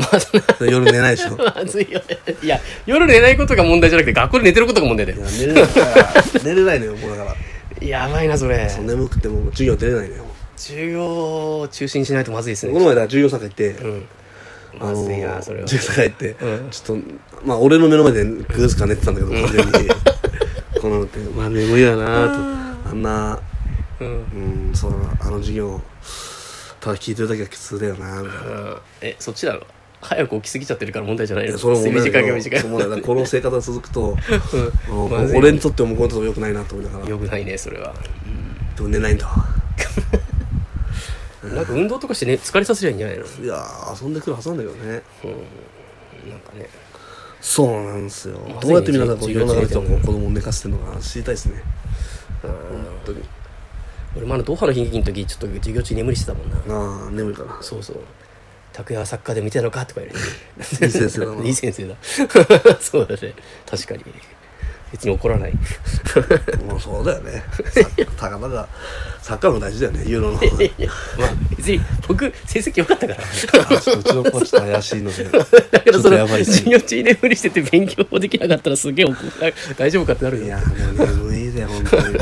[SPEAKER 1] で夜寝ないでしょいや
[SPEAKER 2] まずいよねいや夜寝ないことが問題じゃなくて学校で寝てることが問題だよ
[SPEAKER 1] 寝れないから寝れないのよもうだから
[SPEAKER 2] やばいなそれ
[SPEAKER 1] そう眠くてもう授業出れないのよ
[SPEAKER 2] 授業を中心にしないとまずいです
[SPEAKER 1] こ
[SPEAKER 2] ね
[SPEAKER 1] の前だから授業参加行って
[SPEAKER 2] うん
[SPEAKER 1] あ
[SPEAKER 2] ま
[SPEAKER 1] の
[SPEAKER 2] ずいなそれは
[SPEAKER 1] ジェスカ行って、
[SPEAKER 2] うん
[SPEAKER 1] ちょっと、まあ、俺の目の前でグースカ寝てたんだけど、完全に。このって、まあ、眠いだなと。あんな、
[SPEAKER 2] うん
[SPEAKER 1] うん、そうだな、あの授業、ただ聞いてるだけは苦痛だよな、みたいな。
[SPEAKER 2] うんえそっちだろ早く起きすぎちゃってるから問題じゃない
[SPEAKER 1] い
[SPEAKER 2] の
[SPEAKER 1] やそれも
[SPEAKER 2] 睡眠時間が
[SPEAKER 1] ね
[SPEAKER 2] 短い
[SPEAKER 1] そうもうねだからこの生活が続く と、
[SPEAKER 2] うん
[SPEAKER 1] もう
[SPEAKER 2] まずい
[SPEAKER 1] 俺にとっても向こうにとっても良くないなと思いながら、で
[SPEAKER 2] よくないねそれは
[SPEAKER 1] も寝ないんだわ。
[SPEAKER 2] なんか運動とかしてね疲れさせりゃいいんじゃないの
[SPEAKER 1] いやー、遊んでくるはずなんだけどね。
[SPEAKER 2] なんかね
[SPEAKER 1] そうなんですよ。
[SPEAKER 2] まずいね
[SPEAKER 1] どうやって皆さん、こう、世
[SPEAKER 2] 授業
[SPEAKER 1] の中の人はこう
[SPEAKER 2] 授
[SPEAKER 1] 子供を寝かせてるのか知りたいですね。
[SPEAKER 2] うん
[SPEAKER 1] 本当に。
[SPEAKER 2] 俺もあのドーハの悲劇の時ちょっと授業中眠りしてたもんな
[SPEAKER 1] ああ、眠いから。
[SPEAKER 2] そうそう拓也はサッカーで見てたのかとか言われて
[SPEAKER 1] いい先生だない
[SPEAKER 2] い先生だ そうだね確かに別に怒らない
[SPEAKER 1] もうそうだよね。サッカー高田が、サッカーも大事だよね、ユーロの。う
[SPEAKER 2] まあ別に僕成績良かったか ら
[SPEAKER 1] ちの子はちょっと怪しいので。
[SPEAKER 2] だけ
[SPEAKER 1] ち
[SPEAKER 2] ど
[SPEAKER 1] ょ
[SPEAKER 2] そ
[SPEAKER 1] っとや
[SPEAKER 2] の
[SPEAKER 1] ばいね
[SPEAKER 2] 授業中に眠りしてて勉強もできなかったらすげえ怒る大丈夫かってなる
[SPEAKER 1] い
[SPEAKER 2] よ
[SPEAKER 1] や、でも眠いで、本当に。
[SPEAKER 2] ま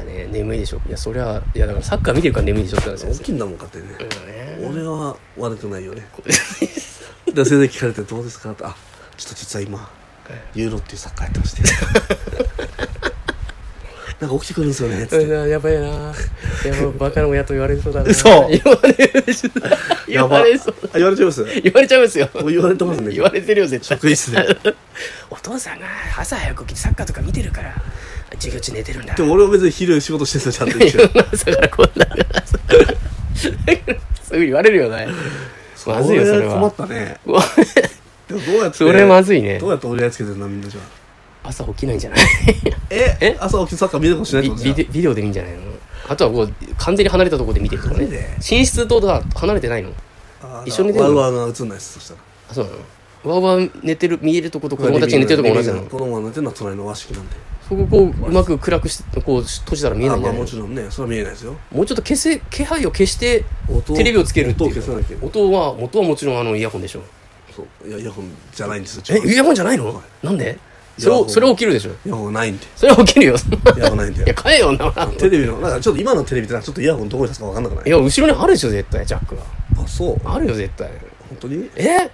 [SPEAKER 2] あね眠いでしょいやそりゃいやだからサッカー見てるから眠いでしょって話な
[SPEAKER 1] 大
[SPEAKER 2] んですよ
[SPEAKER 1] きいんだもんかってね。
[SPEAKER 2] そうだね
[SPEAKER 1] 俺は悪くないよね。で、先生聞かれてどうですかって、あ、ちょっと実は今、ユーロっていうサッカーやってまして。 なんか起きてくるんですよね、つ
[SPEAKER 2] う
[SPEAKER 1] っ
[SPEAKER 2] ん
[SPEAKER 1] て。
[SPEAKER 2] やばいなやばいバカな親と言われそう だな
[SPEAKER 1] そう
[SPEAKER 2] 言われそう言われそう
[SPEAKER 1] あ言われちゃいます
[SPEAKER 2] 言われちゃいますよ
[SPEAKER 1] もう言われてますね。
[SPEAKER 2] 言われてるよ絶対
[SPEAKER 1] 職員室で。
[SPEAKER 2] お父さんが朝早く起きてサッカーとか見てるから授業中寝てるんだ
[SPEAKER 1] でも俺は別に昼仕事してるんですよ、ちゃんと一応。
[SPEAKER 2] 朝からこんなすぐ言われるよね まずいよそれ
[SPEAKER 1] 俺困っ
[SPEAKER 2] は
[SPEAKER 1] たね。
[SPEAKER 2] うわ
[SPEAKER 1] でもどうやって。
[SPEAKER 2] それまずいね
[SPEAKER 1] どうやって折り合いつけてるのみんなじゃあ
[SPEAKER 2] 朝起きないんじ ゃない
[SPEAKER 1] え
[SPEAKER 2] え
[SPEAKER 1] 朝起きてサッカー見るかもしれない
[SPEAKER 2] ビ
[SPEAKER 1] ってことじゃ
[SPEAKER 2] ビ
[SPEAKER 1] ん
[SPEAKER 2] デビデオでいいんじゃないのあとはこう完全に離れたところで見てるとか
[SPEAKER 1] マジで
[SPEAKER 2] ね寝室とだ離れてないの
[SPEAKER 1] あー
[SPEAKER 2] 一緒に出る
[SPEAKER 1] ワウワウが映んないですそしたら
[SPEAKER 2] あそうなのわわ寝てる見えるとこと子供たちが寝てるとこ同じなの
[SPEAKER 1] 子供が寝てるのは隣の和式なんで
[SPEAKER 2] そここううまく暗くしてこう閉じたら見えないんじ
[SPEAKER 1] あ
[SPEAKER 2] ゃ
[SPEAKER 1] ま
[SPEAKER 2] な
[SPEAKER 1] あ
[SPEAKER 2] い
[SPEAKER 1] もちろんねそれは見えないですよ
[SPEAKER 2] もうちょっと消せ気配を消して
[SPEAKER 1] 音を
[SPEAKER 2] テレビをつけるっていう
[SPEAKER 1] 音を消さなきゃいけない
[SPEAKER 2] 音は音はもちろんあのイヤホンでしょ
[SPEAKER 1] そういやイヤホンじゃないんですよ
[SPEAKER 2] えイ
[SPEAKER 1] イ
[SPEAKER 2] ヤホンじゃないのなんでそ
[SPEAKER 1] イヤ
[SPEAKER 2] れ
[SPEAKER 1] ホン
[SPEAKER 2] それ起きるでしょ
[SPEAKER 1] ヤホンないんで
[SPEAKER 2] それ起きるよ
[SPEAKER 1] イヤホンないん
[SPEAKER 2] い
[SPEAKER 1] で
[SPEAKER 2] や買えよななんて
[SPEAKER 1] テレビのなんかちょっと今のテレビってなんかちょっとイヤホンどこに出すか分かんなくない
[SPEAKER 2] いや後ろにあるでしょ絶対ジャックは
[SPEAKER 1] あそう本
[SPEAKER 2] あるよ絶対
[SPEAKER 1] 当に
[SPEAKER 2] え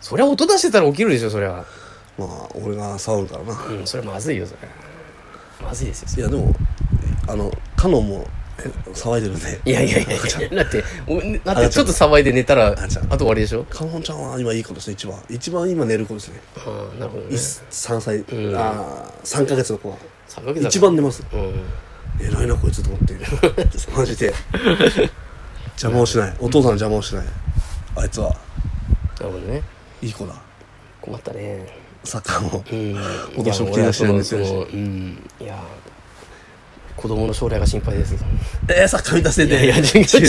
[SPEAKER 2] そりゃ音出してたら起きるでしょそりゃ
[SPEAKER 1] まあ俺が騒ぐからな
[SPEAKER 2] うんそれまずいよそれまずいですよそ
[SPEAKER 1] い
[SPEAKER 2] れ
[SPEAKER 1] やでもあのカノンもえ騒いでるんで
[SPEAKER 2] いやいやいや
[SPEAKER 1] 赤ちゃん
[SPEAKER 2] いやだっておだってちょっと騒いで寝たらあ
[SPEAKER 1] あちゃん
[SPEAKER 2] と終わりでしょ
[SPEAKER 1] カノンちゃんは今いい子ですね一番一番今寝る子ですね
[SPEAKER 2] ああなるほどね
[SPEAKER 1] 3歳、
[SPEAKER 2] うん
[SPEAKER 1] あ3ヶ月の子は
[SPEAKER 2] 三ヶ月だから
[SPEAKER 1] 一番寝ます
[SPEAKER 2] うん
[SPEAKER 1] 偉いなこいつと思って マジで邪魔をしないお父さんの邪魔をしないあいつは
[SPEAKER 2] なるほどね
[SPEAKER 1] いい子だ
[SPEAKER 2] 困ったね
[SPEAKER 1] サッカーも
[SPEAKER 2] うん
[SPEAKER 1] 今年も気にしないい
[SPEAKER 2] や
[SPEAKER 1] ん
[SPEAKER 2] 俺
[SPEAKER 1] です
[SPEAKER 2] はそ
[SPEAKER 1] よ
[SPEAKER 2] のそのうんいや子供の将来が心配です
[SPEAKER 1] えー、サッカー見たせい
[SPEAKER 2] いやい
[SPEAKER 1] で
[SPEAKER 2] や授業中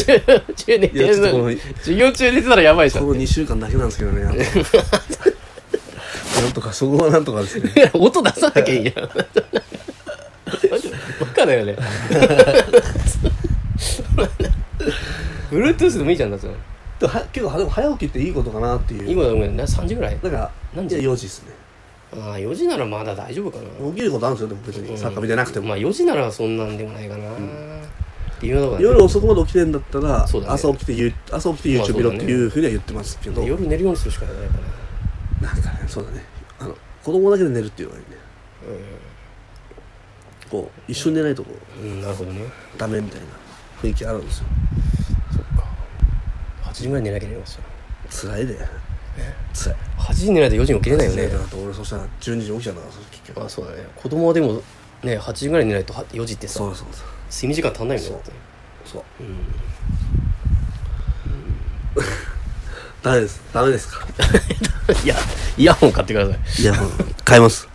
[SPEAKER 2] 中寝て
[SPEAKER 1] いやち
[SPEAKER 2] る
[SPEAKER 1] ょっとこの
[SPEAKER 2] 授業中寝てたらやばいでし
[SPEAKER 1] こ
[SPEAKER 2] ょ
[SPEAKER 1] の2週間だけなんですけどね あとなんとかそこはなんとかですね
[SPEAKER 2] 音出さなきゃいいやんカだよね。ブルートゥースでもいいじゃんだって。
[SPEAKER 1] でもは結構はでも早起きっていいことかなっていう
[SPEAKER 2] 今だもんね、3時ぐらい
[SPEAKER 1] だから
[SPEAKER 2] 何時
[SPEAKER 1] いや4時ですね
[SPEAKER 2] ああ、4時ならまだ大丈夫かな。
[SPEAKER 1] 起きることあるんですよでも別にサッカー見てなくても、
[SPEAKER 2] まあ4時ならそんなんでもないかな。微妙だからね
[SPEAKER 1] 夜遅くまで起きてんだったら、
[SPEAKER 2] そうだね
[SPEAKER 1] 朝起きてゆ朝起きて
[SPEAKER 2] ま
[SPEAKER 1] YouTube
[SPEAKER 2] あそう
[SPEAKER 1] 見ろ
[SPEAKER 2] だ
[SPEAKER 1] っ
[SPEAKER 2] ね
[SPEAKER 1] ていうふうには言ってますけど、
[SPEAKER 2] 夜寝るようにするしかないかな。
[SPEAKER 1] なんかねそうだねあの子供だけで寝るっていうのがいいねこう一緒に寝ないとこう
[SPEAKER 2] うん、なるほどね。
[SPEAKER 1] ダメみたいな雰囲気あるんですよ
[SPEAKER 2] 8時ぐらいに寝なきゃいけないですよ。
[SPEAKER 1] 辛いで辛い
[SPEAKER 2] 8時に寝ないと4時に起きれないよ
[SPEAKER 1] 辛
[SPEAKER 2] ね
[SPEAKER 1] い。だなと俺そしたら12時に起きちゃうんだからその結局
[SPEAKER 2] まあそうだね。子供はでも、ね、8時ぐらいに寝ないとは4時ってさ、
[SPEAKER 1] そう
[SPEAKER 2] 睡
[SPEAKER 1] そうそう
[SPEAKER 2] 眠時間足んないもんね。だって
[SPEAKER 1] そう、 ダメですダメですか
[SPEAKER 2] いや、イヤホン買ってください。
[SPEAKER 1] いやもう 買います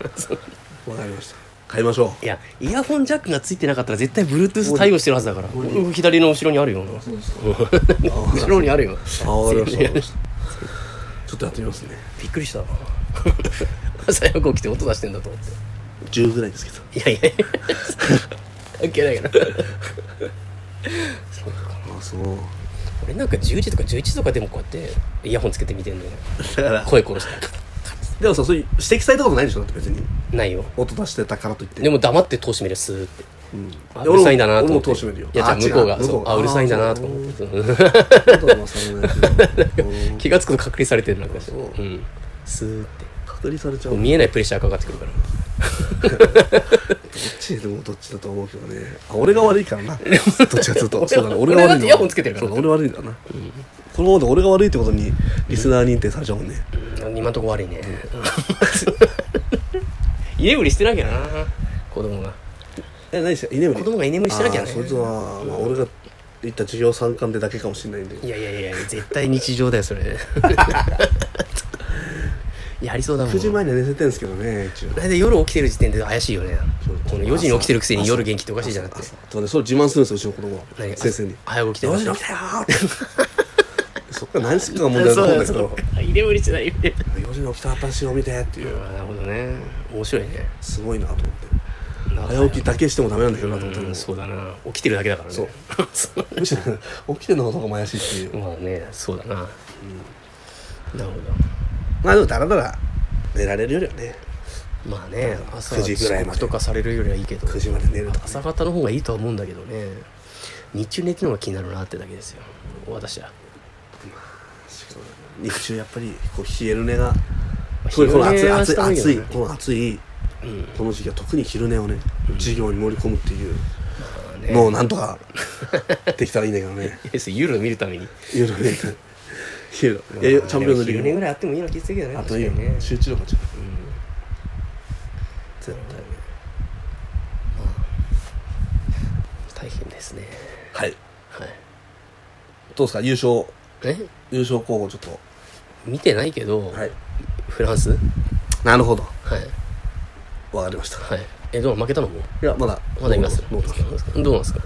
[SPEAKER 1] わかりました買いましょ
[SPEAKER 2] いや、イヤホンジャックがついてなかったら絶対 Bluetooth 対応してるはずだから。うん左の後ろにあるよ。 後ろにあるよ。
[SPEAKER 1] うあわかりましたわ
[SPEAKER 2] い
[SPEAKER 1] か
[SPEAKER 2] や
[SPEAKER 1] りましたちょっとやってみますね
[SPEAKER 2] びっくりした。 朝早く起きて音出してんだと思っ
[SPEAKER 1] 10ぐらいですけど
[SPEAKER 2] て。いやいやい や。いけないから。
[SPEAKER 1] あそう
[SPEAKER 2] 俺なんか10時とか11時とかでもこうやってイヤホンつけて見てんのよ。
[SPEAKER 1] だから
[SPEAKER 2] 声殺して。
[SPEAKER 1] でもさそういう指摘されたことないでしょだって別に
[SPEAKER 2] ないよ。
[SPEAKER 1] 音出してたからといって
[SPEAKER 2] でも黙って通しめるスーって。あ
[SPEAKER 1] 俺
[SPEAKER 2] う
[SPEAKER 1] も
[SPEAKER 2] るさいんだなと思って。
[SPEAKER 1] 俺も通し見るよ
[SPEAKER 2] いや、じゃあ
[SPEAKER 1] あ
[SPEAKER 2] 向こうが、
[SPEAKER 1] 違う向
[SPEAKER 2] そう
[SPEAKER 1] こうが
[SPEAKER 2] あ、うるさいんだなとか思って。うん
[SPEAKER 1] 音のさのやつうん
[SPEAKER 2] 気がつくと隔離されてるなんかして。
[SPEAKER 1] そう
[SPEAKER 2] うん。スーって。
[SPEAKER 1] 隔離されちゃう
[SPEAKER 2] もう
[SPEAKER 1] こ
[SPEAKER 2] 見えないプレッシャーかかってくるから。
[SPEAKER 1] っちでもどっちだと思うけどねあ俺が悪い からなどっちかするとそうだね俺が
[SPEAKER 2] 俺だっ
[SPEAKER 1] 悪い
[SPEAKER 2] て
[SPEAKER 1] の
[SPEAKER 2] イヤホンつけてるから
[SPEAKER 1] そうだ俺悪いんだなこのままで俺が悪いってことにリスナー認定されちゃうもんね
[SPEAKER 2] 今んとこ悪いね居眠りしてなきゃな子供が
[SPEAKER 1] え何して居眠り
[SPEAKER 2] 子供が居眠りしてなきゃ
[SPEAKER 1] あー
[SPEAKER 2] ね
[SPEAKER 1] そいつはまあ俺が言った授業参観でだけかもしれないんで
[SPEAKER 2] いやいやいや絶対日常だよ それやりそうだもん
[SPEAKER 1] 9時前には寝せてんですけどね一応
[SPEAKER 2] 大体夜起きてる時点で怪しいよね
[SPEAKER 1] そう
[SPEAKER 2] この4時に起きてるくせに夜元気っておかしいじゃなくて
[SPEAKER 1] 朝そうねそれ自慢するんですようちの子供
[SPEAKER 2] 何
[SPEAKER 1] は先生に
[SPEAKER 2] 早く起きて
[SPEAKER 1] 4時に起きたよーって そっから何すっかが問題だと思うんだけ
[SPEAKER 2] そう
[SPEAKER 1] ど
[SPEAKER 2] だそうだ居眠りしてないよね
[SPEAKER 1] 4時に起きた私を見てっていう
[SPEAKER 2] なるほどね面白いね
[SPEAKER 1] すごいなと思って早起きだけしてもダメなんだけどなと思って
[SPEAKER 2] うんそうだな起きてるだけだからね
[SPEAKER 1] そう
[SPEAKER 2] そう
[SPEAKER 1] むしろ 起きてるのが怪しいっていう
[SPEAKER 2] まあねそうだな、なるほど
[SPEAKER 1] まあでもだらだら寝られるよりはね
[SPEAKER 2] まあね朝
[SPEAKER 1] 9時ぐらいまで
[SPEAKER 2] 遅刻とかされるよりはいいけど
[SPEAKER 1] 9時まで寝るとか
[SPEAKER 2] 朝方の方がいいとは思うんだけどね日中寝てるのが気になるなってだけですよ私は
[SPEAKER 1] 日中やっぱりこう昼寝が
[SPEAKER 2] あ
[SPEAKER 1] 特にこの暑
[SPEAKER 2] 昼
[SPEAKER 1] い
[SPEAKER 2] 寝は
[SPEAKER 1] 暑い
[SPEAKER 2] した方がいいよ
[SPEAKER 1] 暑
[SPEAKER 2] ね
[SPEAKER 1] いこの暑い
[SPEAKER 2] うん
[SPEAKER 1] この時期は特に昼寝をね授業に盛り込むっていう
[SPEAKER 2] まあね
[SPEAKER 1] のをなんとかできたらいいんだけどね
[SPEAKER 2] 要するに 夜を見るために
[SPEAKER 1] 夜寝て昼いやチャンピオンズリ
[SPEAKER 2] 昼寝
[SPEAKER 1] ー
[SPEAKER 2] ぐ
[SPEAKER 1] グ
[SPEAKER 2] らいあってもいいような気がするけどね
[SPEAKER 1] あといいよ
[SPEAKER 2] 確かに
[SPEAKER 1] ね
[SPEAKER 2] ね
[SPEAKER 1] 集中力がちょっと
[SPEAKER 2] そうだねまあ大変ですね
[SPEAKER 1] はい
[SPEAKER 2] はい
[SPEAKER 1] どうですか優勝
[SPEAKER 2] え
[SPEAKER 1] 優勝候補ちょっと
[SPEAKER 2] 見てないけど、
[SPEAKER 1] はい
[SPEAKER 2] フランスはい
[SPEAKER 1] なるほど
[SPEAKER 2] は
[SPEAKER 1] わかりました
[SPEAKER 2] いえどう負けたのもう
[SPEAKER 1] いやまだ
[SPEAKER 2] まだいます
[SPEAKER 1] ノートノート
[SPEAKER 2] どうなんですか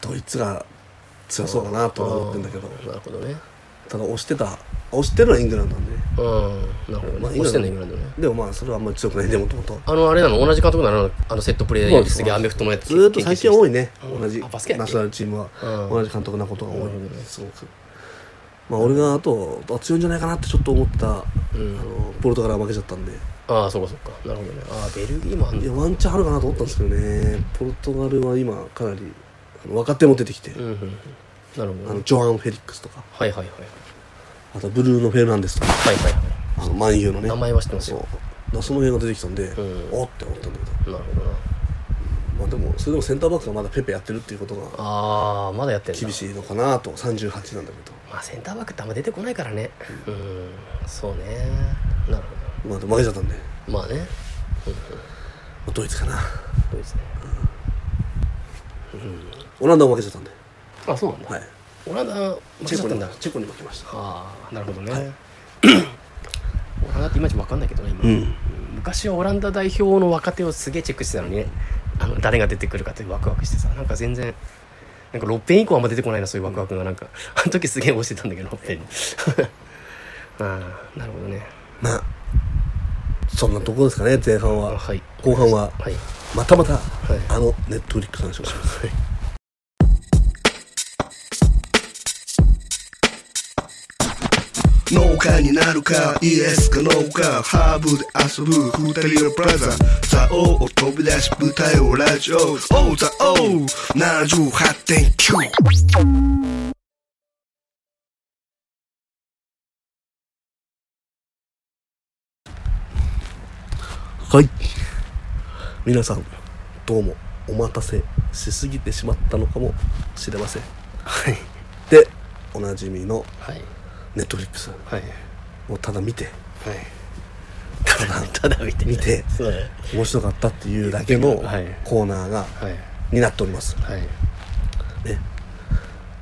[SPEAKER 1] ドイツが強そうだなとは思ってんだけど
[SPEAKER 2] あーなるほどね
[SPEAKER 1] ただ押してた押してるのはイングランドなんで
[SPEAKER 2] うんなるほどね
[SPEAKER 1] まあ
[SPEAKER 2] 押してんのイングランドね
[SPEAKER 1] でもまあそれはあんまり強くないんでもともと
[SPEAKER 2] あの、あれなの同じ監督なのあの、セットプレーすげえアメフトもやって
[SPEAKER 1] ずーっと最近は多い
[SPEAKER 2] ね。
[SPEAKER 1] ね
[SPEAKER 2] うん
[SPEAKER 1] 同じ
[SPEAKER 2] あ
[SPEAKER 1] ナ
[SPEAKER 2] バス
[SPEAKER 1] シ
[SPEAKER 2] ケだっけ
[SPEAKER 1] ョナルチームは
[SPEAKER 2] うん
[SPEAKER 1] 同じ監督なことが多い
[SPEAKER 2] うん
[SPEAKER 1] すごくまあ俺があとあ強いんじゃないかなってちょっと思ったあ
[SPEAKER 2] うん
[SPEAKER 1] のポルトガルは負けちゃったんで
[SPEAKER 2] ああ、そうかそうか。なるほどね。ああ、ベルギーもあん
[SPEAKER 1] いや
[SPEAKER 2] の。
[SPEAKER 1] ワンチャンあるかなと思ったんですけどねポルトガルは今かなりあの若手も出てきて
[SPEAKER 2] うんうんうん。
[SPEAKER 1] あ
[SPEAKER 2] なるほど、
[SPEAKER 1] の
[SPEAKER 2] ね。
[SPEAKER 1] ジョアン・フェリックスとか
[SPEAKER 2] はいはいはい。
[SPEAKER 1] あとブルーノ・フェルナンデスとか
[SPEAKER 2] はいはいは
[SPEAKER 1] あの万有のね
[SPEAKER 2] 名前は知ってます
[SPEAKER 1] そう
[SPEAKER 2] よ
[SPEAKER 1] だからその辺が出てきたんで、
[SPEAKER 2] ん
[SPEAKER 1] おっって思ったんだけど、
[SPEAKER 2] い。なるほどな。
[SPEAKER 1] まあ、でもそれでもセンターバックがまだペペやってるっていうことが
[SPEAKER 2] ああ、まだやってる
[SPEAKER 1] 厳
[SPEAKER 2] い。
[SPEAKER 1] しいのかなと38なんだけ
[SPEAKER 2] まあ、センターバックってあんま出てこないからね。うん。そうね。なる
[SPEAKER 1] ど、
[SPEAKER 2] ほ
[SPEAKER 1] まあ、でも負けちゃったんで、ま
[SPEAKER 2] ど。まあね。うんうん。
[SPEAKER 1] あ、ドイツかな
[SPEAKER 2] ドイツね。
[SPEAKER 1] オランダも負けちゃったんで、
[SPEAKER 2] あ、そうなんだ。
[SPEAKER 1] はい、
[SPEAKER 2] オランダ、負け
[SPEAKER 1] チ
[SPEAKER 2] ちゃ
[SPEAKER 1] ェ
[SPEAKER 2] っ
[SPEAKER 1] コ
[SPEAKER 2] た
[SPEAKER 1] に
[SPEAKER 2] んだ。
[SPEAKER 1] チェコに負けました
[SPEAKER 2] ああなるほどね、 オランダっていまいち分かんないけどね今、
[SPEAKER 1] うん
[SPEAKER 2] 昔はオランダ代表の若手をすげえチェックしてたのにねあの誰が出てくるかってワクワクしてさなんか全然なんか6編以降はあんま出てこないなそういうワクワクがなんか、あの時すげえ押してたんだけど6編にああなるほどね
[SPEAKER 1] まあそんなとこですかね前半は
[SPEAKER 2] はい。
[SPEAKER 1] 後半は
[SPEAKER 2] はい。
[SPEAKER 1] またまた、
[SPEAKER 2] い
[SPEAKER 1] あのネットフリックスの話をします
[SPEAKER 3] 農家になるかイエスかノーかハーブで遊ぶ二人のブラザーザオを飛び出し舞台をラジオオーザオー78.9
[SPEAKER 1] はい皆さんどうもお待たせしすぎてしまったのかもしれません
[SPEAKER 2] はい。
[SPEAKER 1] でおなじみの
[SPEAKER 2] はい。
[SPEAKER 1] ネットフリックス
[SPEAKER 2] はい。
[SPEAKER 1] をただ見て
[SPEAKER 2] ただ、 ただ見て。
[SPEAKER 1] 見て
[SPEAKER 2] そうだね。
[SPEAKER 1] 面白かったっていうだけの
[SPEAKER 2] はい
[SPEAKER 1] コーナーが、
[SPEAKER 2] はい。
[SPEAKER 1] になっております
[SPEAKER 2] はい。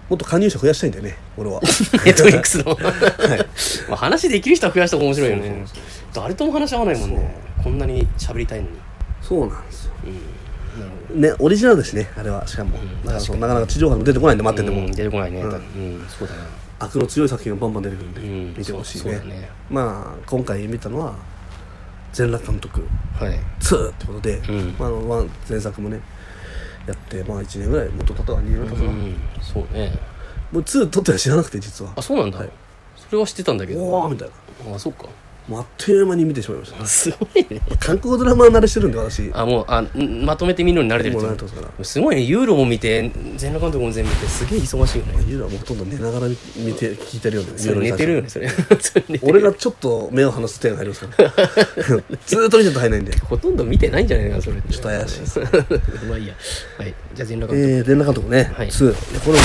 [SPEAKER 1] もっと加入者増やしたいんだよね俺 は
[SPEAKER 2] ネットフリックスの。まあ話できる人は増やした方が面白いよね。誰とも話し合わないもんね。こんなに喋りたいのに。
[SPEAKER 1] そうなんですよ
[SPEAKER 2] なるほ
[SPEAKER 1] ねオリジナルだしねあれはしかも、だからそうなかなか地上波でも出てこないんで待ってても、
[SPEAKER 2] うん出てこないね。
[SPEAKER 1] うん
[SPEAKER 2] うん、そうだな。
[SPEAKER 1] 悪の強い作品がバンバン出てくるんで、
[SPEAKER 2] うん
[SPEAKER 1] 見てほしい
[SPEAKER 2] そう
[SPEAKER 1] ね
[SPEAKER 2] そうだね
[SPEAKER 1] まあ今回見たのは全裸監督
[SPEAKER 2] はい。
[SPEAKER 1] 2ってことで、
[SPEAKER 2] うん
[SPEAKER 1] まあ、あのまあ前作もねやってまあ1年ぐらい元だったか2年ぐらい経
[SPEAKER 2] う
[SPEAKER 1] ったかな、も
[SPEAKER 2] ん、そうね。
[SPEAKER 1] う2撮っては知らなくて実は
[SPEAKER 2] あ、そうなんだ
[SPEAKER 1] はい。
[SPEAKER 2] それは知ってたんだけ
[SPEAKER 1] おお
[SPEAKER 2] ど。
[SPEAKER 1] みたいな
[SPEAKER 2] あ、そっか。
[SPEAKER 1] もうあっという間に見てしまいました
[SPEAKER 2] すごいね。
[SPEAKER 1] 韓国ドラマ慣れしてるんで私も
[SPEAKER 2] あ、もう、あ、んまとめて見るのに慣れてる
[SPEAKER 1] う
[SPEAKER 2] っ
[SPEAKER 1] 慣
[SPEAKER 2] てこ
[SPEAKER 1] れ
[SPEAKER 2] と
[SPEAKER 1] てますから
[SPEAKER 2] すごいね、ユーロも見て、全裸監督も全部見て、すげえ忙しいよね。
[SPEAKER 1] ユーロはもうほとんど寝ながら見て聞いてるような
[SPEAKER 2] それ寝てるよね、それ。 それ寝てる
[SPEAKER 1] 俺がちょっと目を離す手が入ります から ずーっと見てると入らないんで
[SPEAKER 2] ほとんど見てないんじゃないかな、それ。ちょ
[SPEAKER 1] っと怪しい。
[SPEAKER 2] まあいいや。はい。じゃあ全裸監督。
[SPEAKER 1] えー、連絡監督ね、
[SPEAKER 2] はい
[SPEAKER 1] 2でこれね、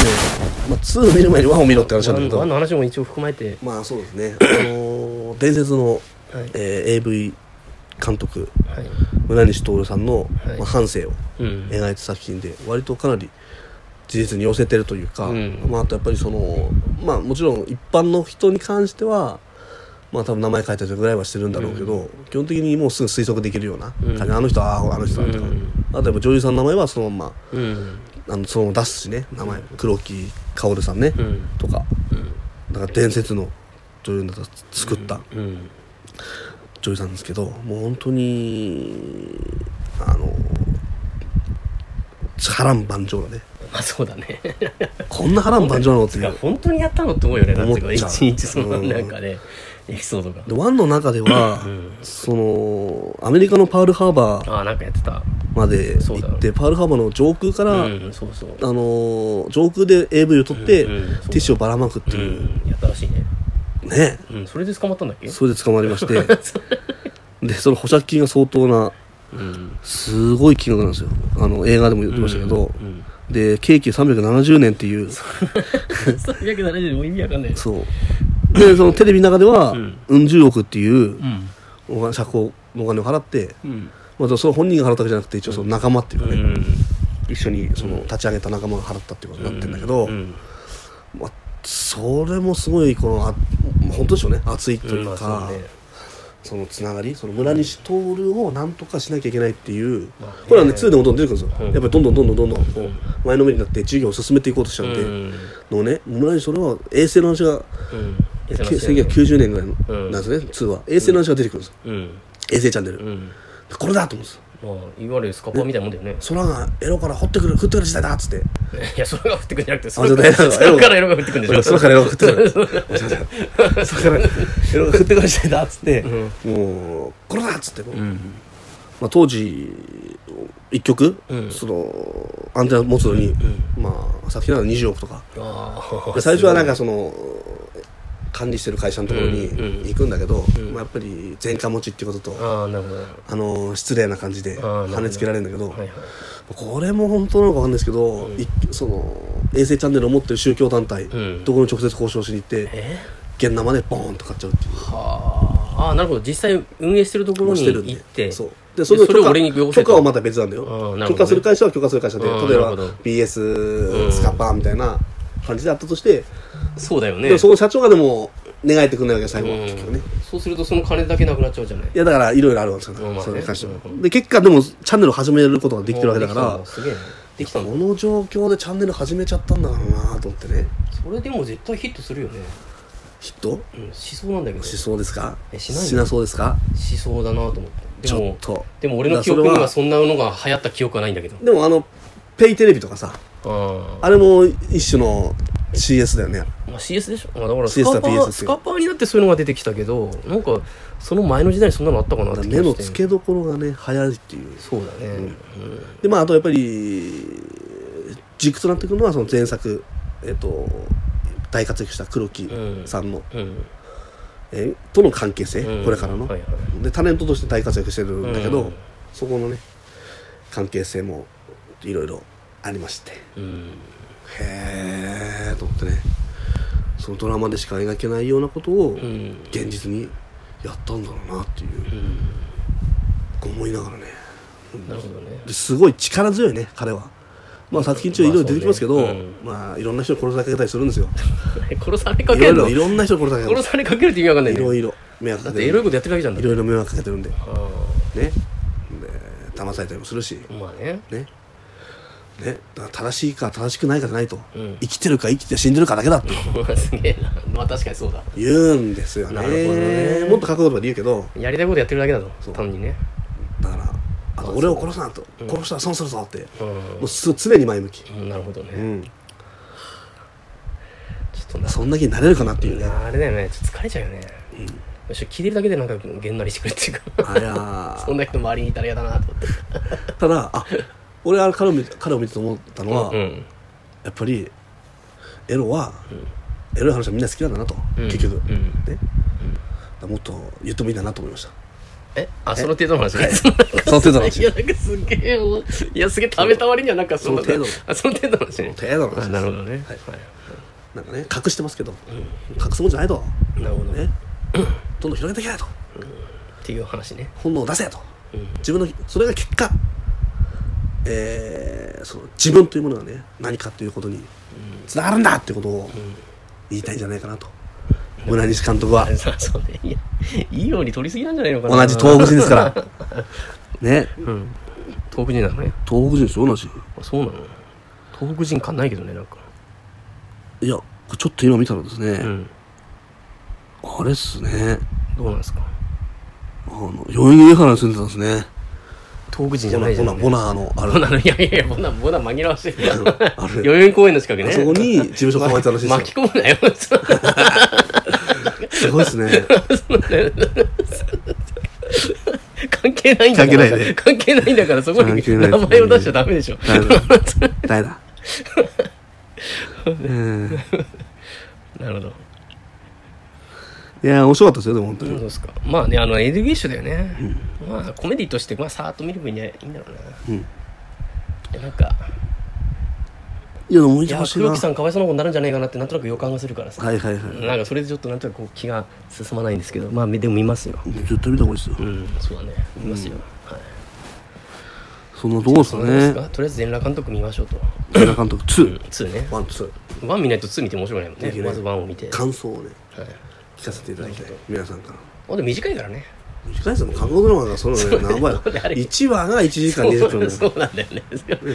[SPEAKER 1] まあ、2を見る前に1を見ろって話なんだけ
[SPEAKER 2] ワンの
[SPEAKER 1] ど
[SPEAKER 2] 話も一応含まれて。
[SPEAKER 1] まあそうですね、あのー伝説の、
[SPEAKER 2] はい
[SPEAKER 1] えー AV 監督
[SPEAKER 2] はい。
[SPEAKER 1] 村西徹さんの、
[SPEAKER 2] はい
[SPEAKER 1] まあ、半生を
[SPEAKER 2] うん。
[SPEAKER 1] 描いた作品で割とかなり事実に寄せてるというか、
[SPEAKER 2] うん
[SPEAKER 1] まあ、あとやっぱりそのまあもちろん一般の人に関してはまあ多分名前書いたりぐらいはしてるんだろうけど、基本的にもうすぐ推測できるような感じ、
[SPEAKER 2] うん
[SPEAKER 1] あの人はあああの人だみたいな、
[SPEAKER 2] うん
[SPEAKER 1] あとやっぱ女優さんの名前はそのまま
[SPEAKER 2] うん。
[SPEAKER 1] あのそのまま出すしね名前、黒木薫さんね、
[SPEAKER 2] うん。
[SPEAKER 1] とかだから伝説の女優だと作った
[SPEAKER 2] うん。
[SPEAKER 1] 女優さんですけどもう本当にあの波乱万丈だね
[SPEAKER 2] まあそうだ ね。
[SPEAKER 1] こんな波乱万丈なのって
[SPEAKER 2] い
[SPEAKER 1] い
[SPEAKER 2] や
[SPEAKER 1] う
[SPEAKER 2] 本当にやったのって思うよね、だって
[SPEAKER 1] 思っちゃう
[SPEAKER 2] 一日その
[SPEAKER 1] うん
[SPEAKER 2] なんかね、エピソードが。
[SPEAKER 1] でワンの中では、
[SPEAKER 2] ん
[SPEAKER 1] そのアメリカのパールハーバー
[SPEAKER 2] ああ、なんかやってた。
[SPEAKER 1] まで行
[SPEAKER 2] そうだ
[SPEAKER 1] ってパールハーバーの上空から、
[SPEAKER 2] うん、そうそう。
[SPEAKER 1] あの上空で AV を撮って、
[SPEAKER 2] うんうんそうだ
[SPEAKER 1] ティッシュをばらまくって
[SPEAKER 2] う
[SPEAKER 1] いう、
[SPEAKER 2] ん、やったらしいね。
[SPEAKER 1] ね
[SPEAKER 2] うん、それで捕まったんだっけ
[SPEAKER 1] それで捕まりましてでその保釈金が相当な
[SPEAKER 2] うん。
[SPEAKER 1] すごい金額なんですよあの映画でも言ってましたけど、
[SPEAKER 2] うん。
[SPEAKER 1] で刑期370年っていう
[SPEAKER 2] 370でもう意味わかんないです。
[SPEAKER 1] そうでそのテレビの中では
[SPEAKER 2] うん
[SPEAKER 1] うん十億っていう
[SPEAKER 2] うん。
[SPEAKER 1] お金釈放のお金を払って、
[SPEAKER 2] うん。
[SPEAKER 1] まあ、その本人が払ったわけじゃなくて一応その仲間っていうかね、
[SPEAKER 2] うん。
[SPEAKER 1] 一緒にその立ち上げた仲間が払ったっていうことになってるんだけど、
[SPEAKER 2] うん。
[SPEAKER 1] まあ、それもすごいこのあ本当でしょうね熱いというか、
[SPEAKER 2] まあそうね
[SPEAKER 1] そのつながりその村西徹をなんとかしなきゃいけないっていう、
[SPEAKER 2] まあね
[SPEAKER 1] これはね2でもどんどん出てくるんですよ、
[SPEAKER 2] うん
[SPEAKER 1] やっぱりどんどんどんどんどんどんこう前のめりになって事業を進めていこうとしちゃって、
[SPEAKER 2] うん
[SPEAKER 1] のね村西徹は衛星の話が
[SPEAKER 2] うん。
[SPEAKER 1] け1990年ぐらいの
[SPEAKER 2] うん
[SPEAKER 1] なんですね、2は衛星の話が出てくるんですよ、
[SPEAKER 2] うん。
[SPEAKER 1] 衛星チャンネル、
[SPEAKER 2] うん。
[SPEAKER 1] これだと思うんですよ
[SPEAKER 2] まあ、いわゆるスカパーみたいなもんだよね。
[SPEAKER 1] 空がエロから掘ってくる降ってくる時代だっつって
[SPEAKER 2] いや、それが降ってくるんじゃなくて、そ
[SPEAKER 1] あじゃ
[SPEAKER 2] れ
[SPEAKER 1] あ
[SPEAKER 2] か
[SPEAKER 1] 大丈夫
[SPEAKER 2] らそれから色が降ってくるんでしょ。
[SPEAKER 1] 空 からエロが降ってくる空からエロが降ってくる時代だっつって、もうこれだっつって、
[SPEAKER 2] うん。
[SPEAKER 1] まあ、当時一曲、
[SPEAKER 2] うん
[SPEAKER 1] そのアンテナ持つのに、まあ作品なら20億とか
[SPEAKER 2] あ
[SPEAKER 1] で
[SPEAKER 2] あ。
[SPEAKER 1] 最初はなんかその管理してる会社のところに
[SPEAKER 2] うんうん
[SPEAKER 1] 行くんだけど、まあ、やっぱり前科持ちってことと、
[SPEAKER 2] ああ、なるほど。は
[SPEAKER 1] あの失礼な感じで
[SPEAKER 2] あーなるほど
[SPEAKER 1] 跳ねつけられるんだけど、
[SPEAKER 2] いはい。
[SPEAKER 1] これも本当なのかわかんないですけど、いその衛星チャンネルを持ってる宗教団体、
[SPEAKER 2] ん
[SPEAKER 1] ところに直接交渉しに行って
[SPEAKER 2] え
[SPEAKER 1] 現生でボーンと買っちゃうっていう
[SPEAKER 2] はああなるほど実際運営してるところに
[SPEAKER 1] してるん
[SPEAKER 2] 行
[SPEAKER 1] で
[SPEAKER 2] って
[SPEAKER 1] そう
[SPEAKER 2] で
[SPEAKER 1] で
[SPEAKER 2] そ
[SPEAKER 1] そ
[SPEAKER 2] れ
[SPEAKER 1] れを許
[SPEAKER 2] を
[SPEAKER 1] 可
[SPEAKER 2] 俺に
[SPEAKER 1] 許可はまた別なんだよ、
[SPEAKER 2] うんなるほどね
[SPEAKER 1] 許可する会社は許可する会社で、
[SPEAKER 2] うん
[SPEAKER 1] 例え
[SPEAKER 2] な
[SPEAKER 1] ば
[SPEAKER 2] るほど
[SPEAKER 1] BS、
[SPEAKER 2] うん
[SPEAKER 1] スカパーみたいな感じであったとして、
[SPEAKER 2] そうだよね
[SPEAKER 1] でもその社長がでも願いてくんないわけよ最後は、
[SPEAKER 2] うん
[SPEAKER 1] 結局ね
[SPEAKER 2] そうするとその金だけなくなっちゃうじゃない
[SPEAKER 1] いやだからいろいろあるわけですよ、
[SPEAKER 2] うんまあね
[SPEAKER 1] それに関しては
[SPEAKER 2] うん
[SPEAKER 1] で結果でもチャンネルを始めることができてるわけだか
[SPEAKER 2] もう
[SPEAKER 1] ら
[SPEAKER 2] できたんだすげえなできたんだ
[SPEAKER 1] この状況でチャンネル始めちゃったんだからなと思ってね
[SPEAKER 2] それでも絶対ヒットするよね
[SPEAKER 1] ヒット
[SPEAKER 2] うん、しそうなんだけど
[SPEAKER 1] しそうですか
[SPEAKER 2] えしないの
[SPEAKER 1] そうですか
[SPEAKER 2] しそうだなと思って
[SPEAKER 1] ち
[SPEAKER 2] で
[SPEAKER 1] ょ
[SPEAKER 2] も
[SPEAKER 1] っと
[SPEAKER 2] でも俺の記憶にはそんなのが流行った記憶はないんだけど
[SPEAKER 1] でもあのペイテレビとかさ
[SPEAKER 2] ああ
[SPEAKER 1] あれも一種の CS だよね
[SPEAKER 2] まあ CS でしょ、まあ、だから
[SPEAKER 1] CS
[SPEAKER 2] スカ
[SPEAKER 1] だ PS
[SPEAKER 2] パ
[SPEAKER 1] ってい
[SPEAKER 2] ー
[SPEAKER 1] う
[SPEAKER 2] スカパーになってそういうのが出てきたけどなんかその前の時代にそんなのあったかなって気がして
[SPEAKER 1] 目の付けどころがね早いっていう
[SPEAKER 2] そうだね、うん
[SPEAKER 1] でまああとやっぱり軸となってくるのはその前作えっ、と大活躍した黒木さんの、
[SPEAKER 2] うん
[SPEAKER 1] えーとの関係性、
[SPEAKER 2] うん
[SPEAKER 1] これからの、
[SPEAKER 2] はいはい
[SPEAKER 1] でタレントとして大活躍してるんだけど、
[SPEAKER 2] うん
[SPEAKER 1] そこのね関係性もいろいろありまして
[SPEAKER 2] うん
[SPEAKER 1] へえと思ってねそのドラマでしか描けないようなことを
[SPEAKER 2] うん
[SPEAKER 1] 現実にやったんだろうなっていう
[SPEAKER 2] うん
[SPEAKER 1] 思いながらね
[SPEAKER 2] なるほどね
[SPEAKER 1] ですごい力強いね彼はまあ作品中いろいろ出てきますけど、
[SPEAKER 2] ま
[SPEAKER 1] ま
[SPEAKER 2] あ
[SPEAKER 1] あ
[SPEAKER 2] そうねう
[SPEAKER 1] いろんな人に殺されたりするんですよ
[SPEAKER 2] 殺されか
[SPEAKER 1] いろい
[SPEAKER 2] けるの
[SPEAKER 1] ろいろんな人に殺されたり
[SPEAKER 2] 殺されかけるって意味わかんない
[SPEAKER 1] い
[SPEAKER 2] ね
[SPEAKER 1] ろいろ迷惑
[SPEAKER 2] だ
[SPEAKER 1] か
[SPEAKER 2] っ
[SPEAKER 1] け
[SPEAKER 2] て
[SPEAKER 1] て
[SPEAKER 2] エロいことやってるだけじゃんだ
[SPEAKER 1] い
[SPEAKER 2] って
[SPEAKER 1] ろいろ迷惑かけてるんでね
[SPEAKER 2] あ
[SPEAKER 1] で騙されたりもするし
[SPEAKER 2] あまあね
[SPEAKER 1] ねね、だから正しいか正しくないかじゃないと、
[SPEAKER 2] うん
[SPEAKER 1] 生きてるか生きて死んでるかだけだって
[SPEAKER 2] すげえなまあ確かにそうだ
[SPEAKER 1] 言うんですよね
[SPEAKER 2] なるほどね
[SPEAKER 1] もっとかっこいいことで言うけど
[SPEAKER 2] やりたいことやってるだけだと
[SPEAKER 1] う
[SPEAKER 2] 単にね
[SPEAKER 1] だからあと俺を殺すなと、殺したら損するぞって、
[SPEAKER 2] うん
[SPEAKER 1] もうす常に前向き、
[SPEAKER 2] うんなるほど
[SPEAKER 1] う
[SPEAKER 2] ね
[SPEAKER 1] ん、
[SPEAKER 2] ちょっとな
[SPEAKER 1] そんな気になれるかなっていうね、
[SPEAKER 2] あれだよねちょっと疲れちゃうよねむしろ聞いてるだけでなんかげんなりしてくるっていうか
[SPEAKER 1] あれは
[SPEAKER 2] そんな人周りにいたら嫌だなと思って
[SPEAKER 1] ただあ俺は彼を見て彼を見てと思ったのは、
[SPEAKER 2] うん
[SPEAKER 1] やっぱりエロは、エロい話はみんな好きなんだなと、
[SPEAKER 2] うん
[SPEAKER 1] 結局、
[SPEAKER 2] うん
[SPEAKER 1] ね、だからもっと言ってもいいんだなと思いま した
[SPEAKER 2] えあその程度の話ね
[SPEAKER 1] その程度の話
[SPEAKER 2] いやなんかすげえもういやすげえ食べた割にはなんかその
[SPEAKER 1] その程度
[SPEAKER 2] あその程度の話ね
[SPEAKER 1] 程度の話です
[SPEAKER 2] あなるほどね
[SPEAKER 1] はい
[SPEAKER 2] は
[SPEAKER 1] なんかね隠してますけど、隠すもんじゃないと
[SPEAKER 2] いなるほどね
[SPEAKER 1] ねどんどん広げていけないと
[SPEAKER 2] っていう話ね
[SPEAKER 1] 本能を出せと、
[SPEAKER 2] うん
[SPEAKER 1] 自分のそれが結果、えーその自分というものがね何かということにつながるんだってことを言いたいんじゃないかなと、村西監督は
[SPEAKER 2] あれさそうねいやいいように取りすぎなんじゃないのかな
[SPEAKER 1] 同じ東北人です からね
[SPEAKER 2] うん東北人なのね
[SPEAKER 1] 東北人ですよ同じ
[SPEAKER 2] あそうなの東北人感ないけどねなんか
[SPEAKER 1] いやちょっと今見たらですね、
[SPEAKER 2] うん
[SPEAKER 1] あれっすね
[SPEAKER 2] どうなんですか
[SPEAKER 1] あの代々木上原に住んでたんですね
[SPEAKER 2] 東北人じ
[SPEAKER 1] ボ
[SPEAKER 2] ゃ
[SPEAKER 1] ナ
[SPEAKER 2] ないじゃ
[SPEAKER 1] ボ
[SPEAKER 2] ん
[SPEAKER 1] ナボナのあ
[SPEAKER 2] ボ
[SPEAKER 1] る
[SPEAKER 2] ナのいやいやいやボナボナ紛らわ しい
[SPEAKER 1] あるある
[SPEAKER 2] 代々木公園の近くね
[SPEAKER 1] あそこに事務所構えてたらしいで
[SPEAKER 2] 巻
[SPEAKER 1] す
[SPEAKER 2] き込むなよ
[SPEAKER 1] よすごいですね
[SPEAKER 2] 関係ないんだか
[SPEAKER 1] 関係
[SPEAKER 2] ら
[SPEAKER 1] ないね
[SPEAKER 2] 関係ないんだからそこ
[SPEAKER 1] 関
[SPEAKER 2] に
[SPEAKER 1] 係な
[SPEAKER 2] 名
[SPEAKER 1] いですね
[SPEAKER 2] 前を出しちゃダメでしょ
[SPEAKER 1] 誰だ誰だうん
[SPEAKER 2] なるほど
[SPEAKER 1] いや面白かったですよでも本当
[SPEAKER 2] そう
[SPEAKER 1] に
[SPEAKER 2] ですかまあねあのエデュケーションだよね、まあコメディとしてまあさーっと見ればいいんじゃいいんだろうな
[SPEAKER 1] うん
[SPEAKER 2] でなんか
[SPEAKER 1] いやでも見
[SPEAKER 2] い
[SPEAKER 1] て
[SPEAKER 2] や
[SPEAKER 1] ほしいな
[SPEAKER 2] 黒木さんかわいそうなことになるんじゃないかなってなんとなく予感がするからさ、
[SPEAKER 1] はいはいは
[SPEAKER 2] なんかそれでちょっとなんとなくこう気が進まないんですけどまあでも見ますよ
[SPEAKER 1] い絶対見た方がいいですよ
[SPEAKER 2] うんそうだね見ますよ、はい
[SPEAKER 1] そんなとこです
[SPEAKER 2] そ
[SPEAKER 1] か
[SPEAKER 2] うです
[SPEAKER 1] ね
[SPEAKER 2] かとりあえず全裸監督見ましょうと
[SPEAKER 1] 寺監督2
[SPEAKER 2] 2ね
[SPEAKER 1] ワンツー
[SPEAKER 2] 1見ないと2見ても面白くないもん
[SPEAKER 1] でき
[SPEAKER 2] ね
[SPEAKER 1] ない
[SPEAKER 2] まず1を見て、はい、
[SPEAKER 1] 感想をね聞かせていただきたい皆さんから
[SPEAKER 2] あでも短いからね
[SPEAKER 1] 短いですもん韓国ドラマがそのね何倍
[SPEAKER 2] そうだあれ
[SPEAKER 1] 1話が1時間20分です
[SPEAKER 2] そうなんだよね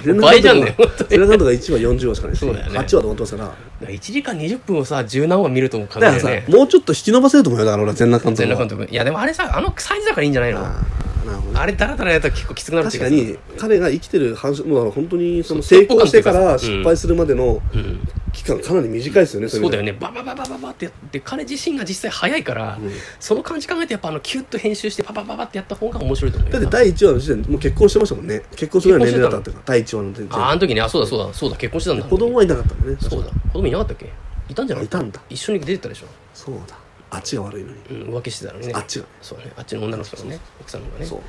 [SPEAKER 1] 寺
[SPEAKER 2] 倍
[SPEAKER 1] 監
[SPEAKER 2] じゃんね
[SPEAKER 1] 督
[SPEAKER 2] 本
[SPEAKER 1] が
[SPEAKER 2] 当に
[SPEAKER 1] 寺監督が1話40話しかないです
[SPEAKER 2] そうだよね
[SPEAKER 1] 8話と思ってますから
[SPEAKER 2] 1時間20分をさ十何話見るとも考え
[SPEAKER 1] だ
[SPEAKER 2] るよ
[SPEAKER 1] から
[SPEAKER 2] ね
[SPEAKER 1] さもうちょっと引き伸ばせると思うよだから俺は全裸監督
[SPEAKER 2] 全
[SPEAKER 1] は
[SPEAKER 2] 裸監督いやでもあれさあのサイズだからいいんじゃないのあ
[SPEAKER 1] あーなるほどね
[SPEAKER 2] れダラダラやったら結構きつくなるって
[SPEAKER 1] 確
[SPEAKER 2] いう
[SPEAKER 1] かに彼が生きてる反射もうだから本当にその成功してから失敗するまでの
[SPEAKER 2] うん
[SPEAKER 1] 期間かなり短いですよね
[SPEAKER 2] そうだよ
[SPEAKER 1] ね
[SPEAKER 2] ねババババババってやって彼自身が実際早いから、その感じ考えてやっぱあのキュッと編集してパパパパってやった方が面白いと思うよ
[SPEAKER 1] だって第1話の時点でもう結婚してましたもんね結婚するような年齢だったっていうか第1話の時点
[SPEAKER 2] ああ
[SPEAKER 1] で
[SPEAKER 2] の時ねあそうだそうだそうだ結婚してたんだ
[SPEAKER 1] 子供はいなかったもんね
[SPEAKER 2] そうだ子供いなかったっけいたんじゃない
[SPEAKER 1] いたんだ
[SPEAKER 2] 一緒に出てたでしょ、
[SPEAKER 1] そうだあっちが悪いのに
[SPEAKER 2] うん、浮気してたのにね
[SPEAKER 1] あっちが
[SPEAKER 2] そうだねあっちの女の子がね奥さんの方がね
[SPEAKER 1] そう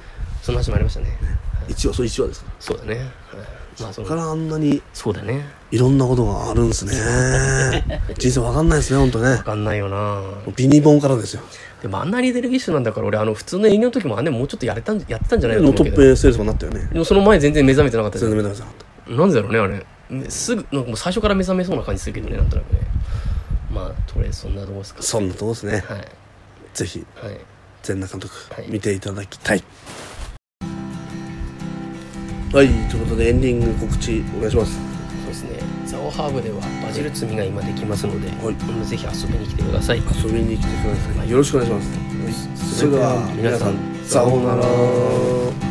[SPEAKER 2] その話もありましたね
[SPEAKER 1] 1話そう1話ですか
[SPEAKER 2] そうだね、はいまあそ
[SPEAKER 1] ら
[SPEAKER 2] の
[SPEAKER 1] だからあんなに
[SPEAKER 2] そうだね
[SPEAKER 1] いろんなことがあるんですね 人生わかんないですね本当ね
[SPEAKER 2] 分かんないよな
[SPEAKER 1] ビニボンからですよ
[SPEAKER 2] でもあんなにデルビッシュなんだから俺あの普通の営業の時もあんなもうちょっとやれたんじやってたんじゃないの
[SPEAKER 1] の
[SPEAKER 2] と
[SPEAKER 1] ト
[SPEAKER 2] 思
[SPEAKER 1] ッ
[SPEAKER 2] うけ
[SPEAKER 1] プ
[SPEAKER 2] ど
[SPEAKER 1] A セールスマンになったよね
[SPEAKER 2] でもその前全然目覚めてなかったじゃ
[SPEAKER 1] 全
[SPEAKER 2] ん
[SPEAKER 1] 然目立たなかった
[SPEAKER 2] なんでだろうねあれうんすぐなんかもう最初から目覚めそうな感じするけどねなんとなくねまあとりあえずそんなとこですか
[SPEAKER 1] そんなとこですね
[SPEAKER 2] はい
[SPEAKER 1] ぜひ
[SPEAKER 2] はい
[SPEAKER 1] 全裸監督、
[SPEAKER 2] はい
[SPEAKER 1] 見ていただきたいはいということでエンディング告知お願いします
[SPEAKER 2] そうですねザオハーブではバジル摘みが今できますので、
[SPEAKER 1] は
[SPEAKER 2] ぜひ遊びに来てください
[SPEAKER 1] 遊びに来てくださいよろしくお願いしますそれでは皆さんさようなら